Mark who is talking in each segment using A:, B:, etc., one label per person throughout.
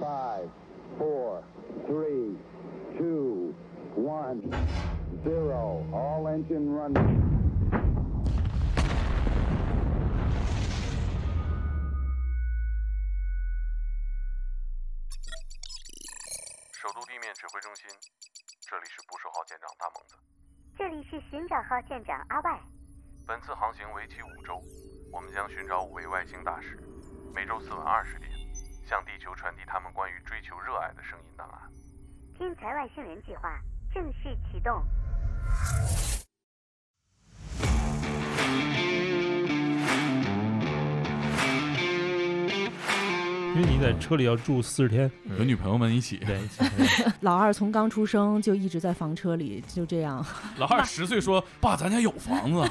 A: five, four, three, two, one, zero. All engine running.
B: 首都地面指挥中心，这里是捕手号舰长大猛子。
C: 这里是寻找号舰长阿外，
B: 本次航行为期五周，我们将寻找五位外星大使，每周四晚二十点，向地球传递他们关于追求热爱的声音档案。
C: 天才外星人计划正式启动。
D: 因为你在车里要住四十天，
E: 有女朋友们一起。
D: 对，
F: 老二从刚出生就一直在房车里，就这样。
E: 老二十岁说：“爸，咱家有房子。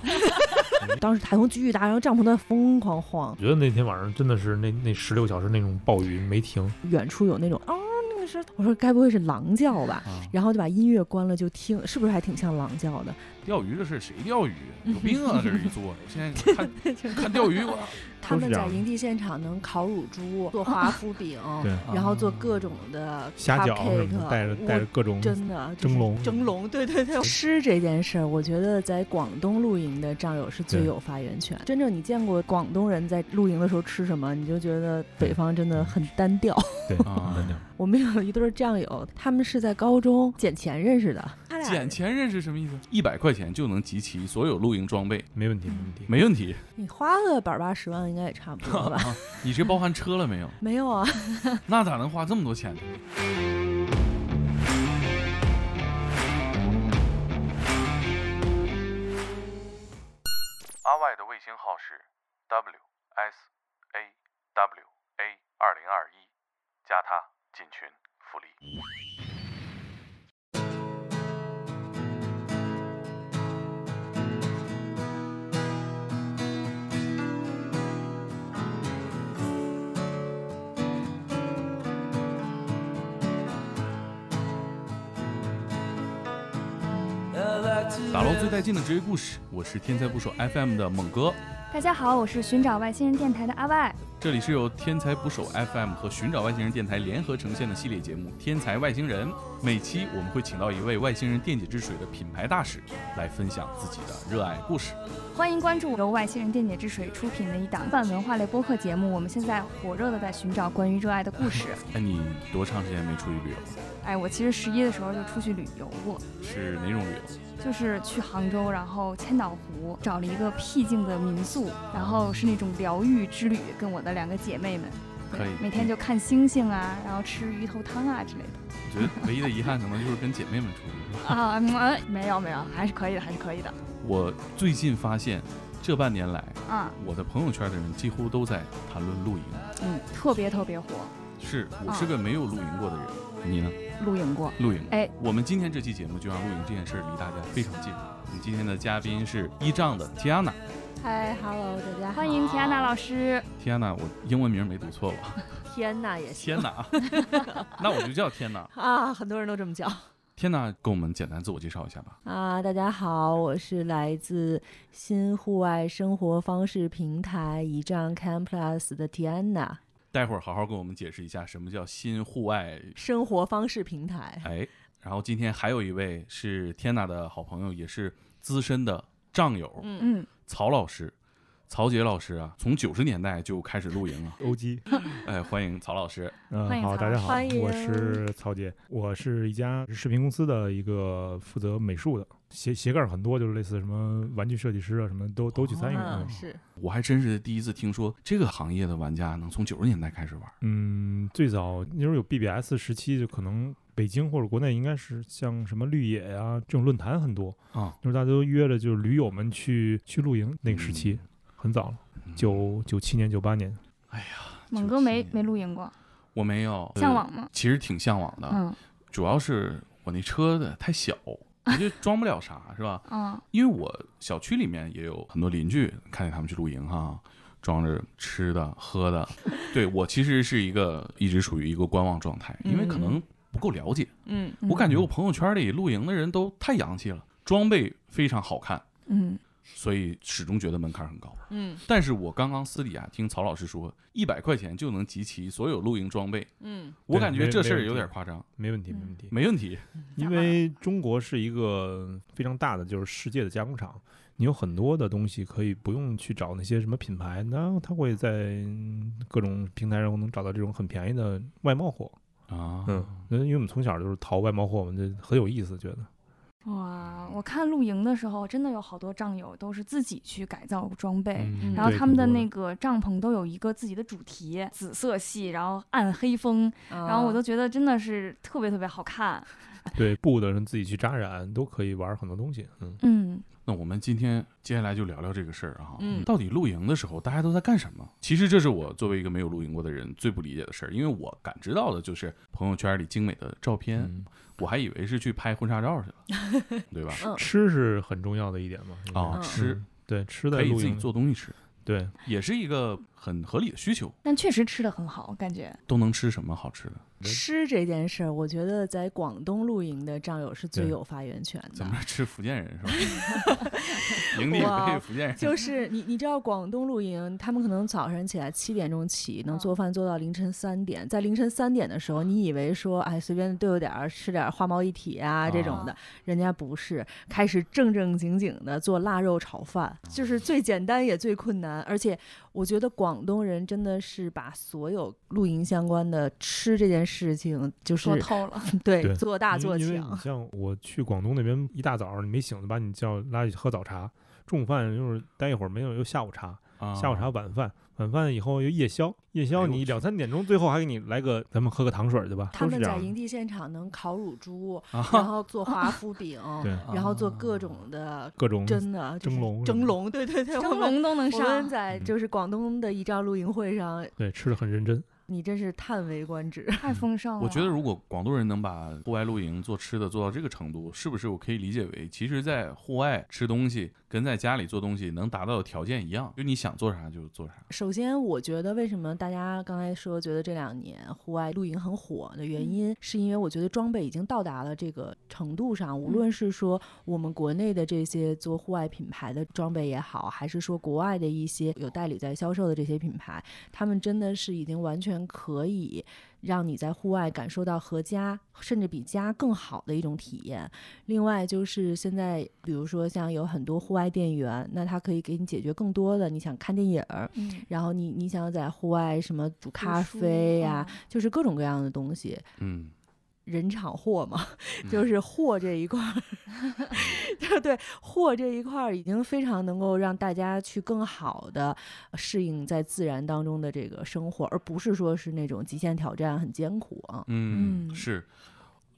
F: 当时台风巨大，然后帐篷在疯狂晃
D: 我，觉得那天晚上真的是那那十六小时那种暴雨没停，
F: 远处有那种啊，那个是我说该不会是狼叫吧？
E: 啊
F: 然后就把音乐关了，就听，是不是还挺像狼叫的？”
E: 钓鱼这事谁钓鱼？有病啊！这是一坐着，我现在看看钓鱼，我
F: 他们
D: 这
F: 在
D: 样
F: 营地现场能烤乳猪、做华夫饼，
D: 对
F: 然后做各种的
D: 虾饺什么
F: cupcake，
D: 的，
F: 啊
D: 带着
F: 我
D: 带着各种
F: 真的啊就是
D: 蒸笼
F: 嗯蒸笼，对对对。吃这件事儿，我觉得在广东露营的战友是最
D: 对
F: 有发言权。真正你见过广东人在露营的时候吃什么，你就觉得北方真的很单调。
D: 对，嗯
E: 啊
D: 真的
F: 我们有一对儿战友，他们是在高中捡钱认识的，他俩
E: 捡钱认识什么意思？一百块钱就能集齐所有露营装备，
D: 没问题没问题。
E: 没问题。
F: 你花个百八十万应该也差不多吧？
E: 你这包含车了没有？
F: 没有啊，
E: 那咋能花这么多钱呢？
B: 阿外的卫星号是 W S A W A 二零二一，加他进群福利。
E: 打捞最带劲的职业故事，我是天才捕手 FM 的猛哥，
G: 大家好，我是寻找外星人电台的阿外。
E: 这里是由天才捕手 FM 和寻找外星人电台联合呈现的系列节目《天才外星人》。每期我们会请到一位外星人电解质水的品牌大使来分享自己的热爱故事。
G: 欢迎关注由外星人电解质水出品的一档泛文化类播客节目。我们现在火热的在寻找关于热爱的 故事。
E: 哎，你多长时间没出去旅游了？
G: 哎，我其实十一的时候就出去旅游过，
E: 是哪种旅游？
G: 就是去杭州，然后千岛湖找了一个僻静的民宿，然后是那种疗愈之旅，跟我的两个姐妹们。对
E: 可以
G: 每天就看星星啊，然后吃鱼头汤啊之类的
E: 我觉得唯一的遗憾可能就是跟姐妹们出去。
G: 啊，嗯哎没有没有，还是可以的，还是可以的，
E: 我最近发现，这半年来，
G: 啊，
E: 我的朋友圈的人几乎都在谈论露营。
G: 嗯，特别特别火，
E: 是我是个没有露营过的人，你呢？
G: 露营过，
E: 露营。
G: 哎，
E: 我们今天这期节目就让露营这件事儿离大家非常近。我们今天的嘉宾是一丈的 Tiana。
F: 嗨，hello，大家好
G: 欢迎提安娜老师。
E: Tiana，我英文名没读错吧？
F: 天呐，也行
E: 天哪啊！那我就叫天哪。
F: 啊，很多人都这么叫
E: 天哪，给我们简单自我介绍一下吧。
F: 啊。大家好，我是来自新户外生活方式平台一丈 Camp Plus 的 Tiana
E: 待会儿好好跟我们解释一下什么叫新户外。
F: 生活方式平台，
E: 哎，然后今天还有一位是天哪的好朋友，也是资深的藏友、
F: 嗯，
G: 嗯，
E: 曹老师。曹杰老师啊，从九十年代就开始露营了。
D: OG，
E: 哎，欢迎曹老师。
G: 欢
D: 嗯，
G: 迎
D: 好，
G: 曹
D: 大家好
F: 欢，迎
D: 我是曹杰，我是一家视频公司的一个负责美术的，斜斜杠很多，就是类似什么玩具设计师啊，什么都都去参与。
F: 嗯，
D: 嗯
F: 是
E: 我还真是第一次听说这个行业的玩家能从九十年代开始玩。
D: 嗯，最早那时候有 BBS 时期，就可能北京或者国内应该是像什么绿野呀、这种论坛很多
E: 啊，
D: 就是大家都约着就是驴友们去去露营那个时期，很早了，
E: 嗯
D: 九九七年、九八年。
G: 猛哥没
E: 97
G: 没露营过，
E: 我没有
G: 向，往吗
E: 呃？其实挺向往的，
G: 嗯
E: 主要是我那车的太小，我就装不了啥，是吧？
G: 嗯，
E: 因为我小区里面也有很多邻居，看见他们去露营哈，装着吃的喝的。对我其实是一个一直处于一个观望状态，因为可能不够了解。
F: 嗯
E: 我感觉我朋友圈里露营的人都太洋气了，装备非常好看，
G: 嗯，
E: 所以始终觉得门槛很高。
F: 嗯
E: 但是我刚刚私底下听曹老师说，一百块钱就能集齐所有露营装备，
F: 嗯，嗯，
E: 我
D: 对
E: 感觉
D: 没
E: 这事儿
D: 没问
E: 有
D: 题
E: 点夸张，
D: 没问题，没
F: 嗯
D: 问题。
E: 没问题。
D: 因为中国是一个非常大的就是世界的加工厂，你有很多的东西可以不用去找那些什么品牌，那它会在各种平台上能找到这种很便宜的外贸货。
E: 啊，
D: 嗯，那因为我们从小就是淘外贸货嘛，这很有意思，觉得。
G: 哇，我看露营的时候，真的有好多战友都是自己去改造装备。
E: 嗯，
G: 然后
D: 对
G: 他们的
D: 挺多
G: 那个帐篷都有一个自己的主题，紫色系，然后暗黑风，
F: 啊
G: 然后我都觉得真的是特别特别好看。
D: 对布的人自己去扎染都可以玩很多东西。嗯，
G: 嗯，
E: 那我们今天接下来就聊聊这个事儿啊，
F: 嗯
E: 到底露营的时候大家都在干什么？其实这是我作为一个没有露营过的人最不理解的事儿，因为我感知到的就是朋友圈里精美的照片，
D: 嗯
E: 我还以为是去拍婚纱照去了， 对吧？
F: 嗯
D: 吃是很重要的一点嘛。应该
E: 啊，
F: 嗯
E: 吃、
D: 嗯对吃在
E: 可以
D: 露
E: 自己
D: 营
E: 做东西吃，
D: 对
E: 也是一个很合理的需求。
G: 但确实吃的很好，感觉。
E: 都能吃什么好吃的？
F: 吃这件事儿，我觉得在广东露营的战友是最
D: 对
F: 有发言权的
E: 咱。们吃福建人是吧？ 营地也
F: 哇
E: 配 福建人，
F: 就是你，你知道广东露营，他们可能早上起来七点钟起，能
G: 嗯
F: 做饭做到凌晨三点。在凌晨三点的时候，你以为说，哎，随便对付点儿，吃点儿花猫一体啊这种的，人家不是，开始正正经经的做腊肉炒饭，就是
D: 啊
F: 最简单也最困难。而且我觉得广东人真的是把所有露营相关的吃这件事情，就是
G: 说透了，
F: 对
D: 对
F: 做大
D: 因为
F: 做啊
D: 因为你
F: 强。
D: 像我去广东那边，一大早你没醒就把你叫拉去喝早茶，中午饭就是待一会儿没有又下午茶，
E: 啊
D: 下午茶晚饭，晚饭以后又夜宵，夜
E: 哎
D: 宵
E: 呦我
D: 你
E: 去
D: 两三点钟最后还给你来个咱们喝个糖水儿去吧，
F: 他
D: 都是
F: 们
D: 这
F: 在
D: 样
F: 营
D: 的。
F: 地现场能烤乳猪，然
E: 啊，
F: 后做华夫饼，
D: 对，
F: 然后做各种的，
D: 各种
F: 真的就是
D: 啊蒸笼什
F: 蒸
D: 么的
F: 笼，对对对，
G: 蒸
F: 我们。
G: 笼都能
F: 我们
G: 上。
F: 在
D: 嗯
F: 就是广东的一张露营会上，
D: 对吃的很认真，
F: 你真是叹为观止。
G: 太丰盛了。
E: 啊我觉得，如果广东人能把户外露营做吃的做到这个程度，是不是我可以理解为，其实，在户外吃东西跟在家里做东西能达到的条件一样，就你想做啥就做啥。
F: 首先，我觉得为什么大家刚才说觉得这两年户外露营很火的原因，是因为我觉得装备已经到达了这个程度上。无论是说我们国内的这些做户外品牌的装备也好，还是说国外的一些有代理在销售的这些品牌，他们真的是已经完全可以让你在户外感受到和家甚至比家更好的一种体验。另外就是现在，比如说像有很多户外电源，那它可以给你解决更多的你想看电影儿。
G: 嗯，
F: 然后你你想在户外什么煮咖
G: 读书
F: 啡呀、
G: 嗯
F: 就是各种各样的东西，
E: 嗯，
F: 人场货嘛，就
E: 嗯
F: 是货这一块儿，对对，货这一块儿已经非常能够让大家去更好的适应在自然当中的这个生活，而不是说是那种极限挑战很艰苦啊。
E: 嗯
F: 嗯
E: 是。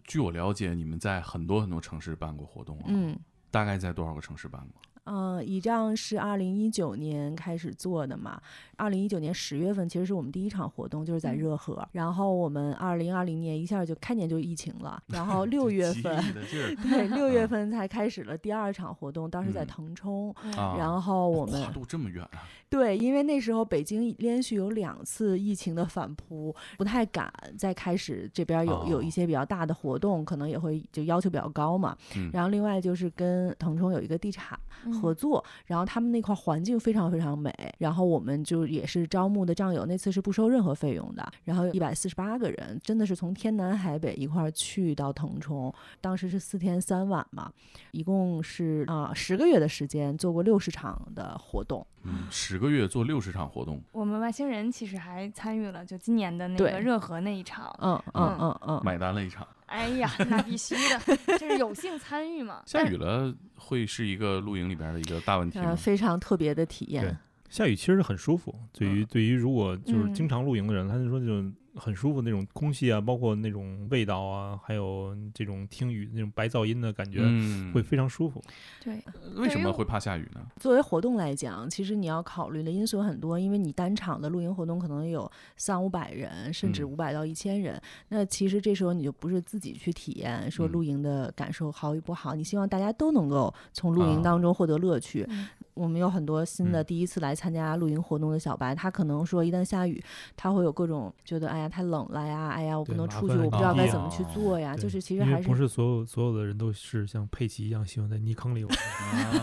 E: 据我了解，你们在很多很多城市办过活动啊，
F: 嗯
E: 大概在多少个城市办过？
F: 嗯，倚仗是二零一九年开始做的嘛，二零一九年十月份其实是我们第一场活动，就是在
G: 嗯
F: 热河，然后我们二零二零年一下就开年就疫情了，然 后六月份
E: 这急的劲儿
F: 对，六月
E: 嗯
F: 份才开始了第二场活动，当时在
E: 嗯
F: 腾冲。
E: 啊，
F: 然后我
E: 跨
F: 们
E: 度这么远啊，
F: 对，因为那时候北京连续有两次疫情的反扑，不太敢再开始这边有有
E: 哦
F: 一些比较大的活动，可能也会就要求比较高嘛。
E: 嗯
F: 然后另外就是跟腾冲有一个地产
G: 嗯
F: 合作，然后他们那块环境非常非常美，然后我们就也是招募的战友，那次是不收任何费用的，然后一百四十八个人，真的是从天南海北一块儿去到腾冲，当时是四天三晚嘛，一共是啊十、0个月的时间做过六十场的活动，
E: 嗯，十个月做六十场活动，
G: 我们外星人其实还参与了，就今年的那
F: 对
G: 个热河那一场。
F: 嗯嗯嗯嗯，
E: 买单了一场。
G: 哎呀，那必须的，就是有幸参与嘛。
E: 下雨了会是一个露营里边的一个大问题
F: 呃
E: 吗？
F: 非常特别的体
D: 对
F: 验，
D: 下雨其实很舒服，对
E: 嗯
D: 于对于如果就是
G: 嗯
D: 经常露营的人，他就说那种很舒服那种空气啊，包括那种味道啊，还有这种听雨那种白噪音的感觉，
E: 嗯，
D: 会非常舒服。
G: 对，
E: 为什
G: 对于
E: 么
G: 我
E: 会怕下雨 呢？
F: 作为活动来讲，其实你要考虑的因素很多，因为你单场的露营活动可能有三五百人，甚至
E: 嗯
F: 五百到一千人。那其实这时候你就不是自己去体验说
E: 嗯
F: 露营的感受好与不好，你希望大家都能够从露
E: 啊
F: 营当中获得乐趣。
G: 嗯
F: 我们有很多新的
D: 嗯
F: 第一次来参加露营活动的小白，他可能说一旦下雨，他会有各种觉得哎呀太冷了呀，哎呀我不
D: 对
F: 能
D: 麻
F: 出去，
D: 烦
F: 我不知道
E: 啊
F: 该怎么去做呀。
D: 对
F: 就是其实
D: 因为
F: 还
D: 不 是所有所有的人都是像佩奇一样喜欢在泥坑里玩。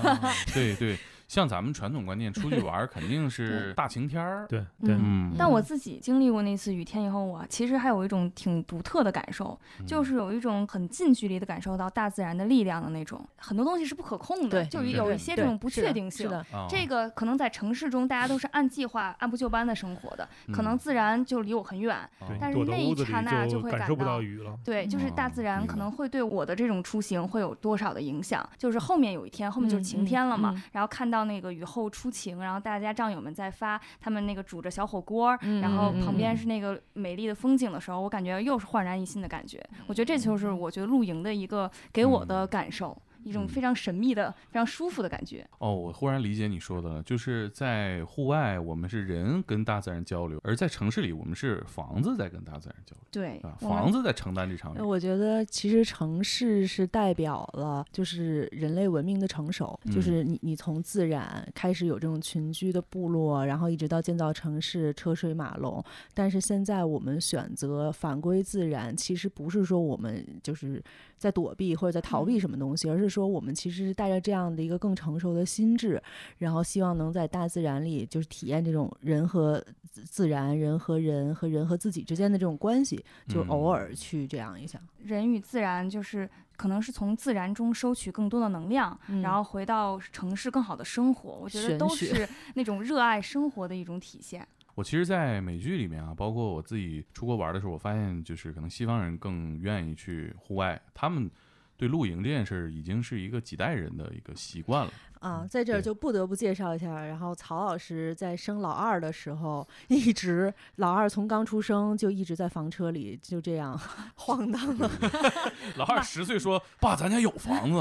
E: 啊，对对，像咱们传统观念，出去玩儿肯定是大晴天儿。
D: 对对，
E: 嗯，
G: 但我自己经历过那次雨天以后，我其实还有一种挺独特的感受，
E: 嗯
F: 嗯
G: 就是有一种很近距离的感受到大自然的力量的那种。很多东西是不可控的，
F: 对
G: 就是
E: 嗯
G: 有
E: 对
G: 一些这种不
F: 是的
G: 确定性。
F: 是的，
E: 哦
G: 这个可能在城市中，大家都是按计划、按部就班的生活的，可能
E: 嗯
G: 自然就离我很远。
E: 哦
D: 对，
G: 但
D: 你
G: 是
D: 躲到
G: 那
D: 屋
G: 一
D: 子
G: 刹那
D: 里
G: 就
D: 就
G: 会
D: 感
G: 感
D: 受不
G: 到
D: 到雨了。
G: 对，就是大自然
E: 明
G: 可
E: 白
G: 能会对我的这种出行会有多少的影响？就是后面有一天，后面就是晴天了嘛，
F: 嗯嗯
G: 然后看到那个雨后初晴，然后大家战友们在发他们那个煮着小火锅，然后旁边是那个美丽的风景的时候，我感觉又是焕然一新的感觉。我觉得这就是我觉得露营的一个给我的感受。一种非常神秘的、非常舒服的感觉，
E: 哦，我忽然理解你说的了，就是在户外我们是人跟大自然交流，而在城市里我们是房子在跟大自然交流
G: 对
E: 啊，，
G: 我们
E: 房子在承担这场雨
F: 呃。我觉得其实城市是代表了就是人类文明的成熟，就
E: 嗯
F: 是你你从自然开始有这种群居的部落，然后一直到建造城市、车水马龙。但是现在我们选择返归自然，其实不是说我们就是在躲避或者在逃避什么东西，而是说我们其实是带着这样的一个更成熟的心智，然后希望能在大自然里就是体验这种人和自自然、人和人和人和自己之间的这种关系，就偶
E: 嗯
F: 尔去这样一下。
G: 人与自然就是可能是从自然中收取更多的能量，
F: 嗯
G: 然后回到城市更好的生活。我觉得
F: 玄
G: 都
F: 学
G: 是那种热爱生活的一种体现。
E: 我其实，在美剧里面啊，包括我自己出国玩的时候，我发现就是可能西方人更愿意去户外，他们对露营这件事儿已经是一个几代人的一个习惯了。
F: 啊，在这儿
E: 嗯对
F: 就不得不介绍一下，然后曹老师在生老二的时候，一直老二从刚出生就一直在房车里就这样 晃荡了。
E: 老二十岁说：“爸，咱家有房子。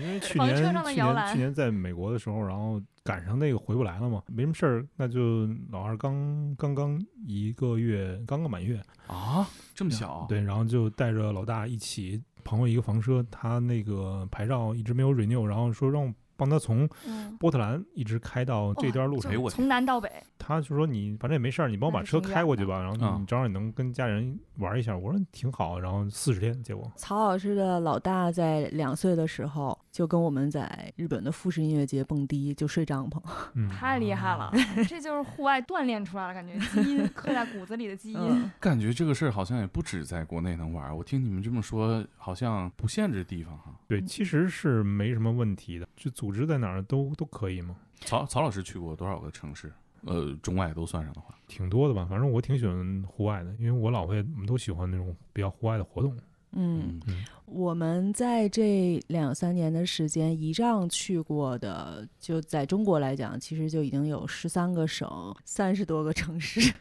D: 因为去
G: 房
D: 年
G: 车上的
D: 去
G: 摇
D: 年
G: 篮
D: 去年在美国的时候，然后赶上那个回不来了嘛，没什么事儿，那就老二刚刚刚一个月，刚刚满月，”
E: 啊，这么
D: 嗯
E: 小？，
D: 对，然后就带着老大一起，朋友一个房车，他那个牌照一直没有 renew，然后说让我帮他从
G: 嗯，哦
D: 波特兰一直开到这段路上
E: 哎，呦我天
G: 从南到北，
D: 他就说你反正也没事儿，你帮我把
G: 那是
D: 车
G: 挺
D: 开
G: 远
D: 过去
G: 的
D: 吧，然后
E: 嗯
D: 你正好也能跟家人玩一下。我说挺好，然后四十天，结 果
F: 曹老师的老大在两岁的时候就跟我们在日本的富士音乐节蹦迪，就睡帐篷。
D: 嗯，
G: 太厉害 了，这就是户外锻炼出来的感觉，基因刻在骨子里的基因。
F: 嗯，
E: 感觉这个事儿好像也不止在国内能玩儿。我听你们这么说，好像不限制地方哈。
G: 嗯
D: 对，其实是没什么问题的，就组织在哪儿都都可以嘛，
E: 曹曹老师去过多少个城市？呃，中外都算上的话，
D: 挺多的吧。反正我挺喜欢户外的，因为我老婆也我们都喜欢那种比较户外的活动。
F: 嗯，我们在这两三年的时间，一仗去过的，就在中国来讲，其实就已经有十三个省、三十多个城市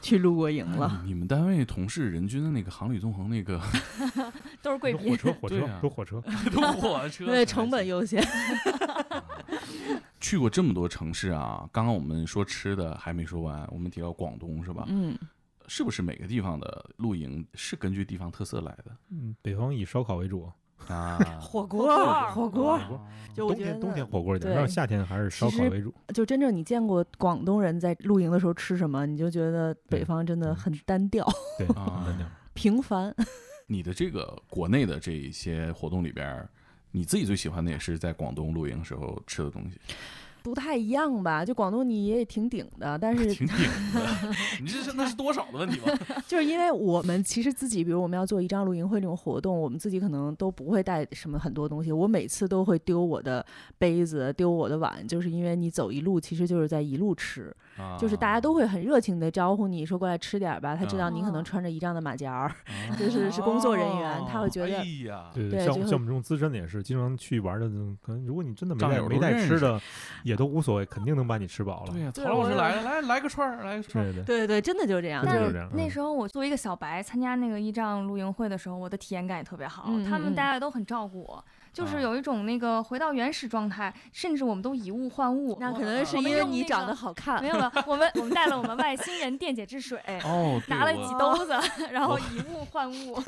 F: 去露过营了。
E: 你们单位同事人均的那个航旅纵横那个
G: 都是贵
D: 火
G: 宾，
D: 车，火
E: 对
D: 车
E: 啊
D: 都火 车，
E: 都火车
F: 因为成本优先，
E: 去过这么多城市啊，刚刚我们说吃的还没说完，我们提到广东是吧？
F: 嗯，
E: 是不是每个地方的露营是根据地方特色来的
D: 嗯，北方以烧烤为主，
E: 啊？
F: 嗯 火锅儿，火锅儿，
E: 啊
F: 就我
D: 冬
F: 觉得
D: 天冬天火锅一点，然后
F: 对
D: 夏天还是烧
F: 其
D: 烤
F: 实
D: 为 主。
F: 就真正你见过广东人在露营的时候吃什么，你就觉得北方真的很单调、
D: 对，
E: 啊
D: 那样
F: 平凡。
E: 你的这个国内的这一些活动里边儿，你自己最喜欢的也是在广东露营时候吃的东西，
F: 不太一样吧？就广东你也挺顶的，但是
E: 挺顶 的。你这是那是多少的问题吧？
F: 就是因为我们其实自己，比如我们要做一张露营会这种活动，我们自己可能都不会带什么很多东西。我每次都会丢我的杯子，丢我的碗，就是因为你走一路，其实就是在一路吃，
E: 啊
F: 就是大家都会很热情的招呼你说过来吃点儿吧。他知道你可能
G: 哦
F: 穿着一丈的马甲儿，
E: 啊
F: 就是是工作人员他会觉得
E: 哎呀，
D: 对
F: 对
D: 像
F: 就会
D: 像我们这种资深的也是，经常去玩的，可能如果你真的没
E: 战
D: 带
E: 友
D: 没
E: 都
D: 带
E: 认
D: 吃
E: 识
D: 的，也都无所谓，肯定能把你吃饱了。
E: 对啊呀，曹
F: 对
E: 老
F: 我
E: 师
F: 有
E: 来了，来来个串儿，来个串儿
D: 对。对对，
F: 对对对，真的就是这样。
D: 真
G: 但
D: 的就是这样
G: 那
D: 嗯
G: 时候我作为一个小白参加那个一仗露营会的时候，我的体验感也特别好，
F: 嗯
G: 他
F: 嗯
G: 们
F: 嗯
G: 大家都很照顾我。就
E: 啊
G: 是有一种那个回到原始状态，甚至我们都以物换物。
F: 那
G: 我呃
F: 可能是
G: 我们
F: 因为
G: 用
F: 你
G: 那
F: 长
G: 个
F: 得好看
G: 没，有了，我 们我们带了我们外星人电解质水，
E: 哦，对
G: 拿了
E: 我
G: 几兜子， 然后以物换物。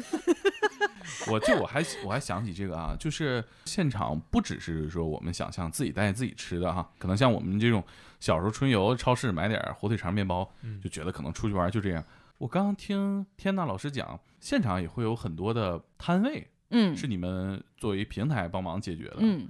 E: 我这我还我还想起这个啊，就是现场不只是说我们想象自己带自己吃的哈，可能像我们这种小时候春游超市买点儿火腿肠、面包，
D: 嗯
E: 就觉得可能出去玩就这样。我刚刚听天娜老师讲，现场也会有很多的摊位，
F: 嗯
E: 是你们作为平台帮忙解决的。，
F: 嗯，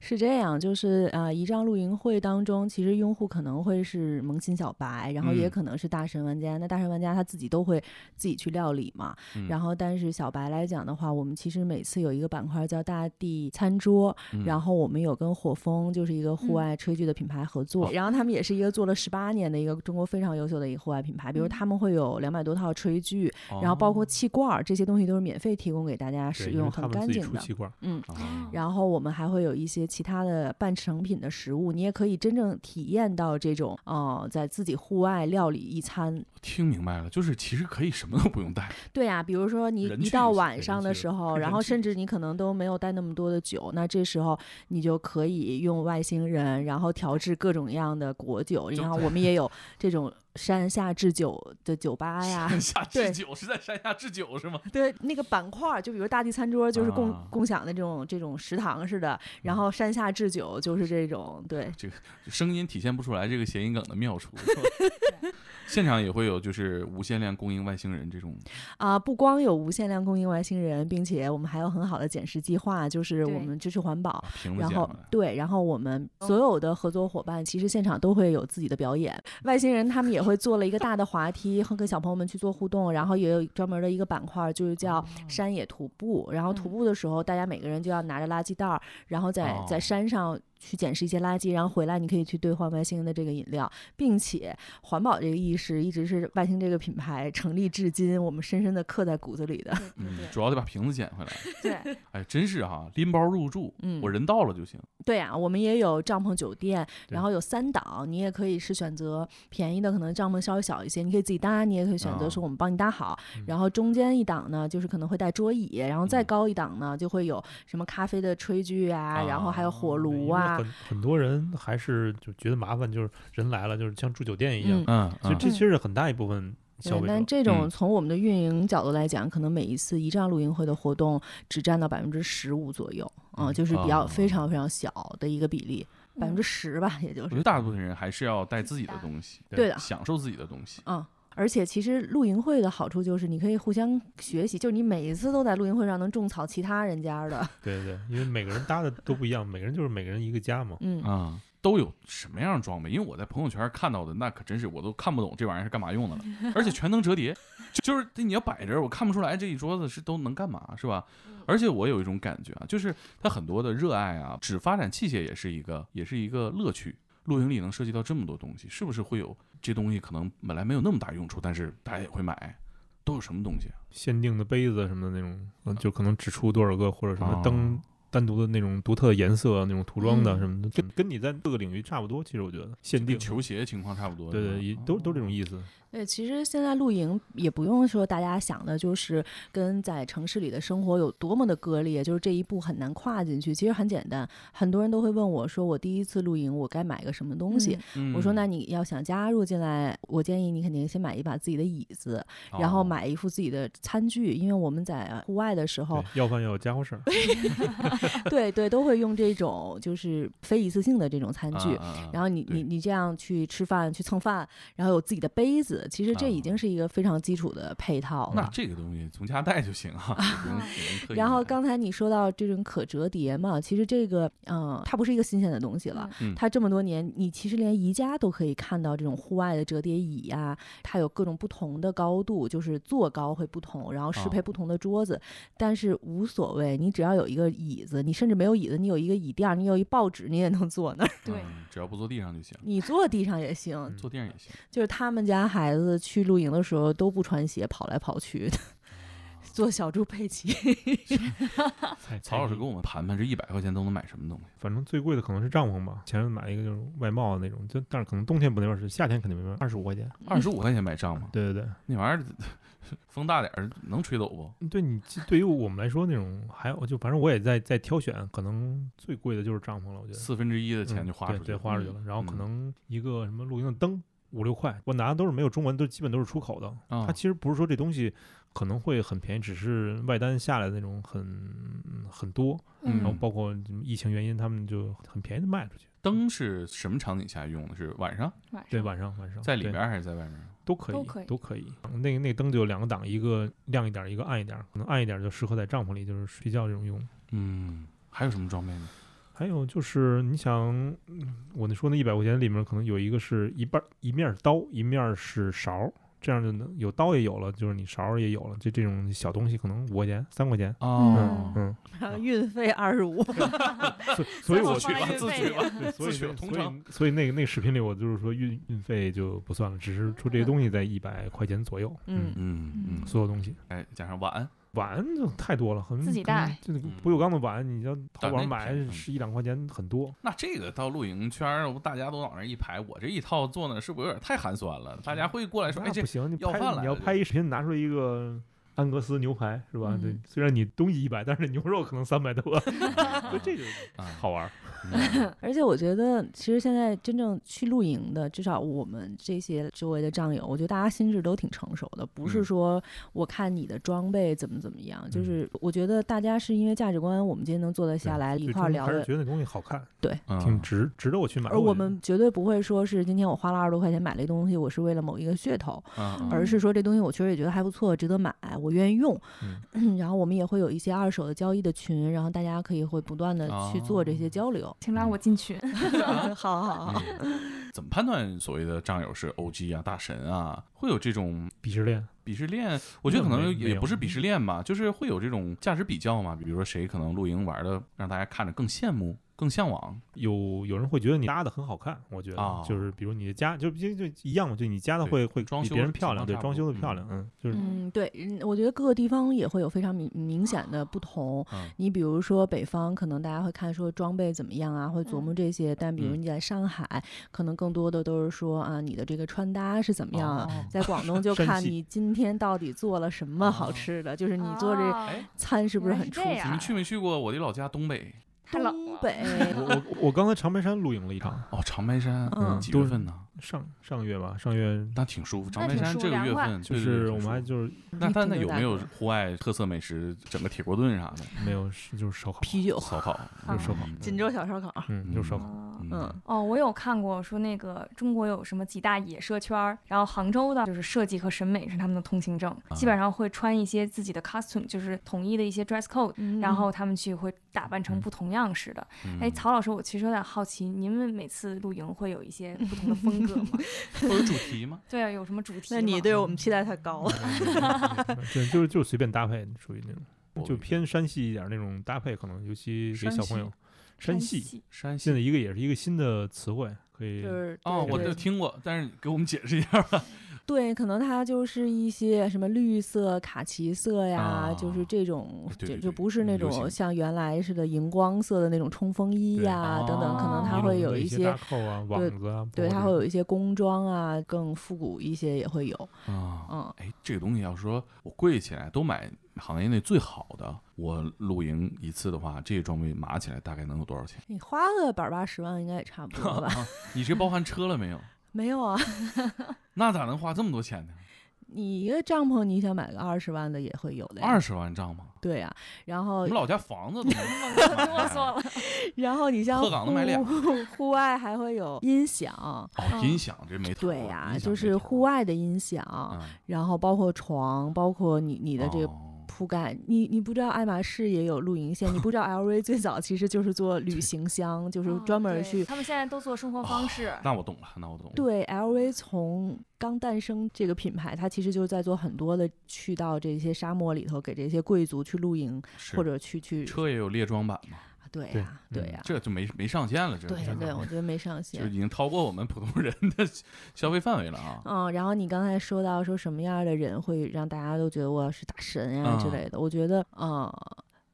F: 是这样，就是呃，一仗露营会当中，其实用户可能会是萌新小白，然后也
E: 嗯
F: 可能是大神玩家。那大神玩家他自己都会自己去料理嘛。
E: 嗯
F: 然后，但是小白来讲的话，我们其实每次有一个板块叫大地餐桌，
E: 嗯
D: 嗯
F: 然后我们有跟火风就是一个户
G: 嗯
F: 外炊具的品牌合
D: 哦
F: 作，然后他们也是一个做了十八年的一个中国非常优秀的一个户外品牌，比如
G: 嗯
F: 他们会有两百多套炊具，
E: 哦
F: 然后包括气罐儿这些东西都是免费提供给大家使
D: 哦对，因为
F: 用，
D: 他
F: 很
D: 们
F: 干
D: 自己
F: 净
D: 出
F: 的。
D: 气罐儿，
F: 嗯，
E: 哦
F: 然后我们还会有一些其他的半成品的食物，你也可以真正体验到这种哦、呃在自己户外料理一餐。
E: 听明白了，就是其实可以什么都不用带，
F: 对呀、比如说你
E: 人
F: 一
E: 去
F: 到
E: 就行
F: 晚
E: 对
F: 上
E: 人
F: 的
E: 去
F: 时
E: 就
F: 候，
E: 看
F: 然
E: 人
F: 后
E: 去
F: 甚
E: 就
F: 至你可能都没有带那么多的酒，那这时候你就可以用外星人，然后调制各种各样的果酒。
E: 就
F: 然后我们也有这种山下制酒的酒吧哎呀，
E: 山 下制
F: 对
E: 酒是在山下制酒是吗？
F: 对，那个板块儿，就比如大地餐桌就是共、
E: 啊嗯
F: 共享的这种这种食堂似的，然后山下制酒就是这种，对，
E: 声音体现不出来这个谐音梗的妙处。是吧现场也会有就是无限量供应外星人这种，
F: 啊、不光有无限量供应外星人，并且我们还有很好的捡拾计划，就是我
G: 对
F: 们支持环保
E: 啊。瓶子
F: 然
E: 捡
F: 后
E: 回来。
F: 对，然后我们所有的合作伙伴其实现场都会有自己的表演，外星人他们也会做了一个大的滑梯， 和跟小朋友们去做互动，然后也有专门的一个板块，就是叫山野徒步。然后徒
G: 嗯
F: 步的时候，大家每个人就要拿着垃圾袋儿，然后在
E: 哦
F: 在山上。去捡拾一些垃圾，然后回来你可以去兑换外星人的这个饮料，并且环保这个意识一直是外星这个品牌成立至今，我们深深的刻在骨子里的。
G: 对
E: 嗯，
G: 对
E: 主要得把瓶子捡回来。
G: 对对，
E: 哎，真是哈，拎包入住，
F: 嗯
E: 我人到了就行。
F: 对啊，我们也有帐篷酒店，
D: 对
F: 然后有三档，你也可以是选择便宜的，可能帐篷稍微小一些，你可以自己搭，你也可以选
E: 啊
F: 择说我们帮你搭好。
D: 哦嗯
F: 然后中间一档呢，就是可能会带桌椅，然后再
E: 嗯
F: 高一档呢，就会有什么咖啡的炊具啊，然后还有火
D: 哦
E: 啊
D: 嗯对因
F: 炉
D: 为
F: 啊。
D: 很很多人还是就觉得麻烦，就是人来了，就是像住酒店一样
F: 嗯，
E: 嗯，
D: 所以这
G: 嗯
D: 其实是很大一部分消
F: 对，
D: 费
F: 但
D: 者。
F: 这种
E: 嗯
F: 从我们的运营角度来讲，可能每一次一站露营会的活动只占到百分之十五左右，啊、
D: 嗯
F: 就是比较非
E: 哦
F: 常非常小的一个比例，百分之
G: 十
F: 十吧，也就
E: 我
F: 是
E: 觉。得大部分人还是要带自己的东西，
F: 对的，
E: 享受自己的东西。
F: 嗯，而且其实露营会的好处就是你可以互相学习，就是你每一次都在露营会上能种草其他人家的，
D: 对对对，因为每个人搭的都不一样，每个人就是每个人一个家嘛。
F: 嗯。
E: 啊、都有什么样的装备？因为我在朋友圈看到的，那可真是我都看不懂这玩意儿是干嘛用的了，而且全能折叠，就就是你要摆着，我看不出来这一桌子是都能干嘛，是吧？而且我有一种感觉啊，就是他很多的热爱啊，只发展器械也是一个，也是一个乐趣。露营里能涉及到这么多东西，是不是会有这东西可能本来没有那么大用处，但是大家也会买？都有什么东西啊？
D: 限定的杯子什么的那种，呃就可能只出多少个，或者什么灯、
E: 哦
D: 单独的那种独特的颜色、那种涂装的
F: 嗯
D: 什么的，跟跟你在各个领域差不多。其实我觉得限定
E: 跟，球鞋情况差不多。
D: 对
E: 是吧
D: 对，也都都这种意思。
F: 对，其实现在露营也不用说大家想的就是跟在城市里的生活有多么的割裂，就是这一步很难跨进去。其实很简单，很多人都会问我说，我第一次露营我该买个什么东西？
E: 嗯
F: 我说那你要想加入进来，我建议你肯定先买一把自己的椅子，然后
E: 哦
F: 买一副自己的餐具，因为我们在户外的时候
D: 对，要饭要有家伙事儿。
F: 对对，都会用这种就是非一次性的这种餐具。
E: 啊啊啊
F: 然后你
E: 对
F: 你你这样去吃饭去蹭饭，然后有自己的杯子，其实这已
E: 啊
F: 经是一个非常基础的配套
E: 那
F: 了。
E: 这个东西从家带就行 啊，不用不用特意
F: 然后
E: 买
F: 刚才你说到这种可折叠嘛，其实这个嗯、呃它不是一个新鲜的东西了。
E: 嗯
F: 它这么多年，你其实连宜家都可以看到这种户外的折叠椅呀、它有各种不同的高度，就是坐高会不同，然后适
E: 啊
F: 配不同的桌子，但是无所谓，你只要有一个椅子，你甚至没有椅子，你有一个椅垫儿，你有一报纸，你也能坐那儿，
G: 对
E: 嗯只要不坐地上就行，
F: 你坐地上也行。
E: 坐地上也行。
F: 就是他们家孩子去露营的时候都不穿鞋，跑来跑去
E: 哦
F: 的。做小猪佩奇，
D: 哎
E: 曹老师跟我们盘盘，这一百块钱都能买什么东西？
D: 反正最贵的可能是帐篷吧，前阵买一个就是外贸的那种，就但是可能冬天不那边是，夏天肯定没办法，二十五块钱。
F: 嗯
E: 二十五块钱买帐篷，
D: 对对
E: 那玩意儿风大点儿能吹走不？
D: 对，对你对于我们来说那种还有就反正我也在在挑选，可能最贵的就是帐篷了，我觉得。
E: 四分之一的
D: 嗯
E: 钱就花
D: 对
E: 出去
D: 对，
E: 了，
D: 花出去
F: 嗯
D: 了。然后可
E: 嗯
D: 能一个什么露营的灯五六块，我拿的都是没有中文，都基本都是出口的。
E: 啊
D: 它其实不是说这东西可能会很便宜，只是外单下来的那种很很多，然后
E: 嗯
D: 包括什么疫情原因，他们就很便宜的卖出去。
E: 灯是什么场景下用的？是晚上，
G: 晚上
D: 对，晚上晚上
E: 在里
D: 哦对
E: 边儿啊还是在外面？
D: 都可以，
G: 都可以
D: 那个那个灯就有两个档，一个亮一点儿，一个暗一点儿。可能暗一点儿就适合在帐篷里，就是睡觉这种用。
E: 嗯，还有什么装备呢？
D: 还有就是，你想，嗯我那说那一百块钱里面，可能有一个是一半一面儿刀，一面儿是勺儿，这样就能有刀也有了，就是你勺儿也有了，这这种小东西可能五块钱、三块钱，
E: 哦，
D: 嗯，
F: 运费二十 五，
D: 所以所以
G: 那
D: 我
G: 我
E: 自取吧，自取吧，
D: 对，所以
E: 自取
D: 那
E: 通
D: 所以
E: 常
D: 所以那个那个视频里，我就是说运运费就不算了，只是出这些东西在一百块钱左右，
F: 嗯，
E: 嗯嗯，
D: 所有东西。
E: 哎，加上晚安，
D: 碗就太多了，很
G: 自己
D: 可能
G: 带
D: 这个
E: 嗯
D: 不锈钢的碗，你要淘
E: 但
D: 宝
E: 那
D: 上买
E: 便宜
D: 十一两块钱很多。
E: 那这个到露营圈儿，大家都往那儿一排，我这一套做呢，是不是有点太寒酸了？大家会过来说，哎，
D: 那
E: 这
D: 不行，你
E: 要
D: 拍
E: 饭了
D: 你要
E: 这
D: 拍一视频，拿出来一个安格斯牛排是吧？对
F: 嗯，
D: 虽然你东西一百，但是牛肉可能三百多， 所 以这就
E: 啊
D: 好玩儿。
E: 嗯
F: 而且我觉得，其实现在真正去露营的，至少我们这些周围的战友，我觉得大家心智都挺成熟的，不是
E: 嗯
F: 说我看你的装备怎么怎么样，就是我觉得大家是因为价值观，我们今天能坐得下来
D: 嗯对
F: 一
D: 最
F: 块儿
D: 终
F: 聊
D: 还是
F: 的。啊
D: 觉得那东西好看，
E: 嗯
D: 挺值值得我去买。
F: 而
D: 觉得
F: 我们绝对不会说是今天我花了二十多块钱买了一东西，我是为了某一个噱头，
E: 嗯
F: 而是说这东西我确实也觉得还不错，值得买，我愿意用。
D: 嗯
F: 然后我们也会有一些二手的交易的群，然后大家可以会不断的去做这些
D: 哦
F: 交流。
G: 请拉我进群。
F: 好好好，
E: 嗯怎么判断所谓的战友是 OG 啊、大神啊？会有这种
D: 鄙视链，
E: 鄙视链？我觉得可
D: 那没
E: 能
D: 没
E: 也
D: 有
E: 不是鄙视链吧，就是会有这种价值比较嘛。比如说谁可能露营玩的让大家看着更羡慕、更向往，
D: 有有人会觉得你搭的很好看，我觉
E: 啊
D: 得就是比如你的家就就就一样嘛，就你家的
E: 对
D: 会会
E: 装
D: 比
E: 修
D: 别人
E: 是
D: 漂
E: 情
D: 亮，
E: 况
D: 对，
E: 差
D: 装
E: 不
D: 修
E: 多
D: 的漂
E: 嗯
D: 亮，嗯，就是
F: 嗯，对，嗯我觉得各个地方也会有非常明明显的不同。
E: 嗯
F: 你比如说北方，可能大家会看说装备怎么样啊，会琢磨这些；但比如
E: 嗯
F: 你在上海，可能更多的都是说啊，你的这个穿搭是怎么样啊。
E: 哦
F: 在广东就
D: 山
F: 看
D: 西
F: 你今天到底做了什么
E: 哦
F: 好吃的，就是你做这
G: 哦
E: 哎
F: 餐是不是嗯
G: 原来
F: 很
G: 是
F: 出
G: 这
F: 色？
G: 样
E: 你们去没去过我的老家东北？
G: 太冷
F: 东
G: 了，
F: 北，
D: 我我我刚才长白山露营了一场，
E: 哦，长白山，
F: 嗯
E: 几月份呢？
D: 上上月吧，上月
E: 那挺舒服。长
G: 那
E: 白
G: 挺
E: 山
G: 舒
E: 这个
G: 凉
E: 月
G: 快
E: 份
D: 就
E: 对对对
D: 是我
E: 挺
D: 们
E: 舒
D: 还
E: 服
D: 就是
E: 那
F: 挺
E: 但那
F: 有
E: 有
F: 感
E: 没有
F: 觉
E: 户外特色美食，整个铁锅炖啥的？
D: 没有，是就是烧烤，
F: 啤酒、
E: 烧烤，
G: 嗯
D: 烧烤
F: 锦州小烧烤，
D: 嗯，就是烧烤。
G: 哦
F: 嗯，
G: 哦，我有看过说那个中国有什么几大野社圈儿，然后杭州的就是设计和审美是他们的通行证，基本上会穿一些自己的 costume，就是统一的一些 dress code，、然
E: 嗯
G: 后他们去会打扮成不同样式的。哎、
E: 嗯
G: 曹老师，我其实有点好奇，你们每次露营会有一些不同的风格吗？
E: 会有主题吗？
G: 对啊，有什么主题吗？
F: 那你对我们期待太高了。
D: 对，就是就是随便搭配，属于那种， 就
E: 我
D: 偏山系一点那种搭配，可能尤其给小朋友。山系
G: 系
E: 山西
D: 现在一个也是一个新的词汇，可以
F: 就是
E: 哦，
F: 对
E: 我
F: 对
E: 就听过，但是给我们解释一下 吧。
F: 对，可能它就是一些什么绿色、卡其色呀，就是
E: 啊
F: 这种，
E: 对对
F: 就就
E: 对
F: 不是那
E: 流
F: 种
E: 行
F: 像原来似的荧光色的那种冲锋衣
D: 对
F: 呀、等等，可
E: 啊
F: 能
G: 哦
F: 它
D: 尼
F: 会
D: 龙
F: 有
D: 的
F: 一
D: 啊一
F: 些
D: 搭，扣啊、
F: 对
D: 网子啊，
F: 对，
D: 包
F: 它
D: 括这
F: 会有一些工装啊，更复古一些也会有，
E: 啊，
F: 嗯。
E: 哎，这个东西要说我贵起来都买行业内最好的，我露营一次的话，这个装备码起来大概能有多少钱？
F: 你花个百八十万应该也差不 多吧？
E: 你这包含车了没有？
F: 没有啊，
E: 那咋能花这么多钱呢？
F: 你一个帐篷你想买个二十万的也会有的呀。
E: 二十万账吗？
F: 对呀，然后
E: 我们老家房子都 能
G: 啰嗦了，
F: 然后你像
E: 鹤岗都买俩
F: 户户外还会有音响，
E: 哦，音响这没头
F: 嗯
E: 儿
F: 对呀、
E: 音响
F: 就
E: 没
F: 是
E: 头儿啊
F: 户外的音响，
E: 嗯
F: 然后包括床，包括你你的这个
E: 哦
F: 铺盖，你你不知道爱马仕也有露营线，你不知道 LV 最早其实就是做旅行箱，就是
G: 哦
F: 专门
G: 对
F: 去。
G: 他们现在都做生活
E: 啊
G: 方式。
E: 那我懂了，那我懂了。
F: 对 LV 从刚诞生这个品牌，它其实就是在做很多的去到这些沙漠里头，给这些贵族去露营
E: 是，
F: 或者去去
E: 车也有列装版嘛，
F: 对
D: 对
F: 呀对呀
E: 这就没没上限了，这
F: 对
E: 这
F: 对，我觉得没上
E: 就
F: 限
E: 已。经超过我们普通人的消费范围了啊。
F: 嗯，然后你刚才说到说什么样的人会让大家都觉得我是大神呀、之
E: 啊
F: 类的，我觉得，呃，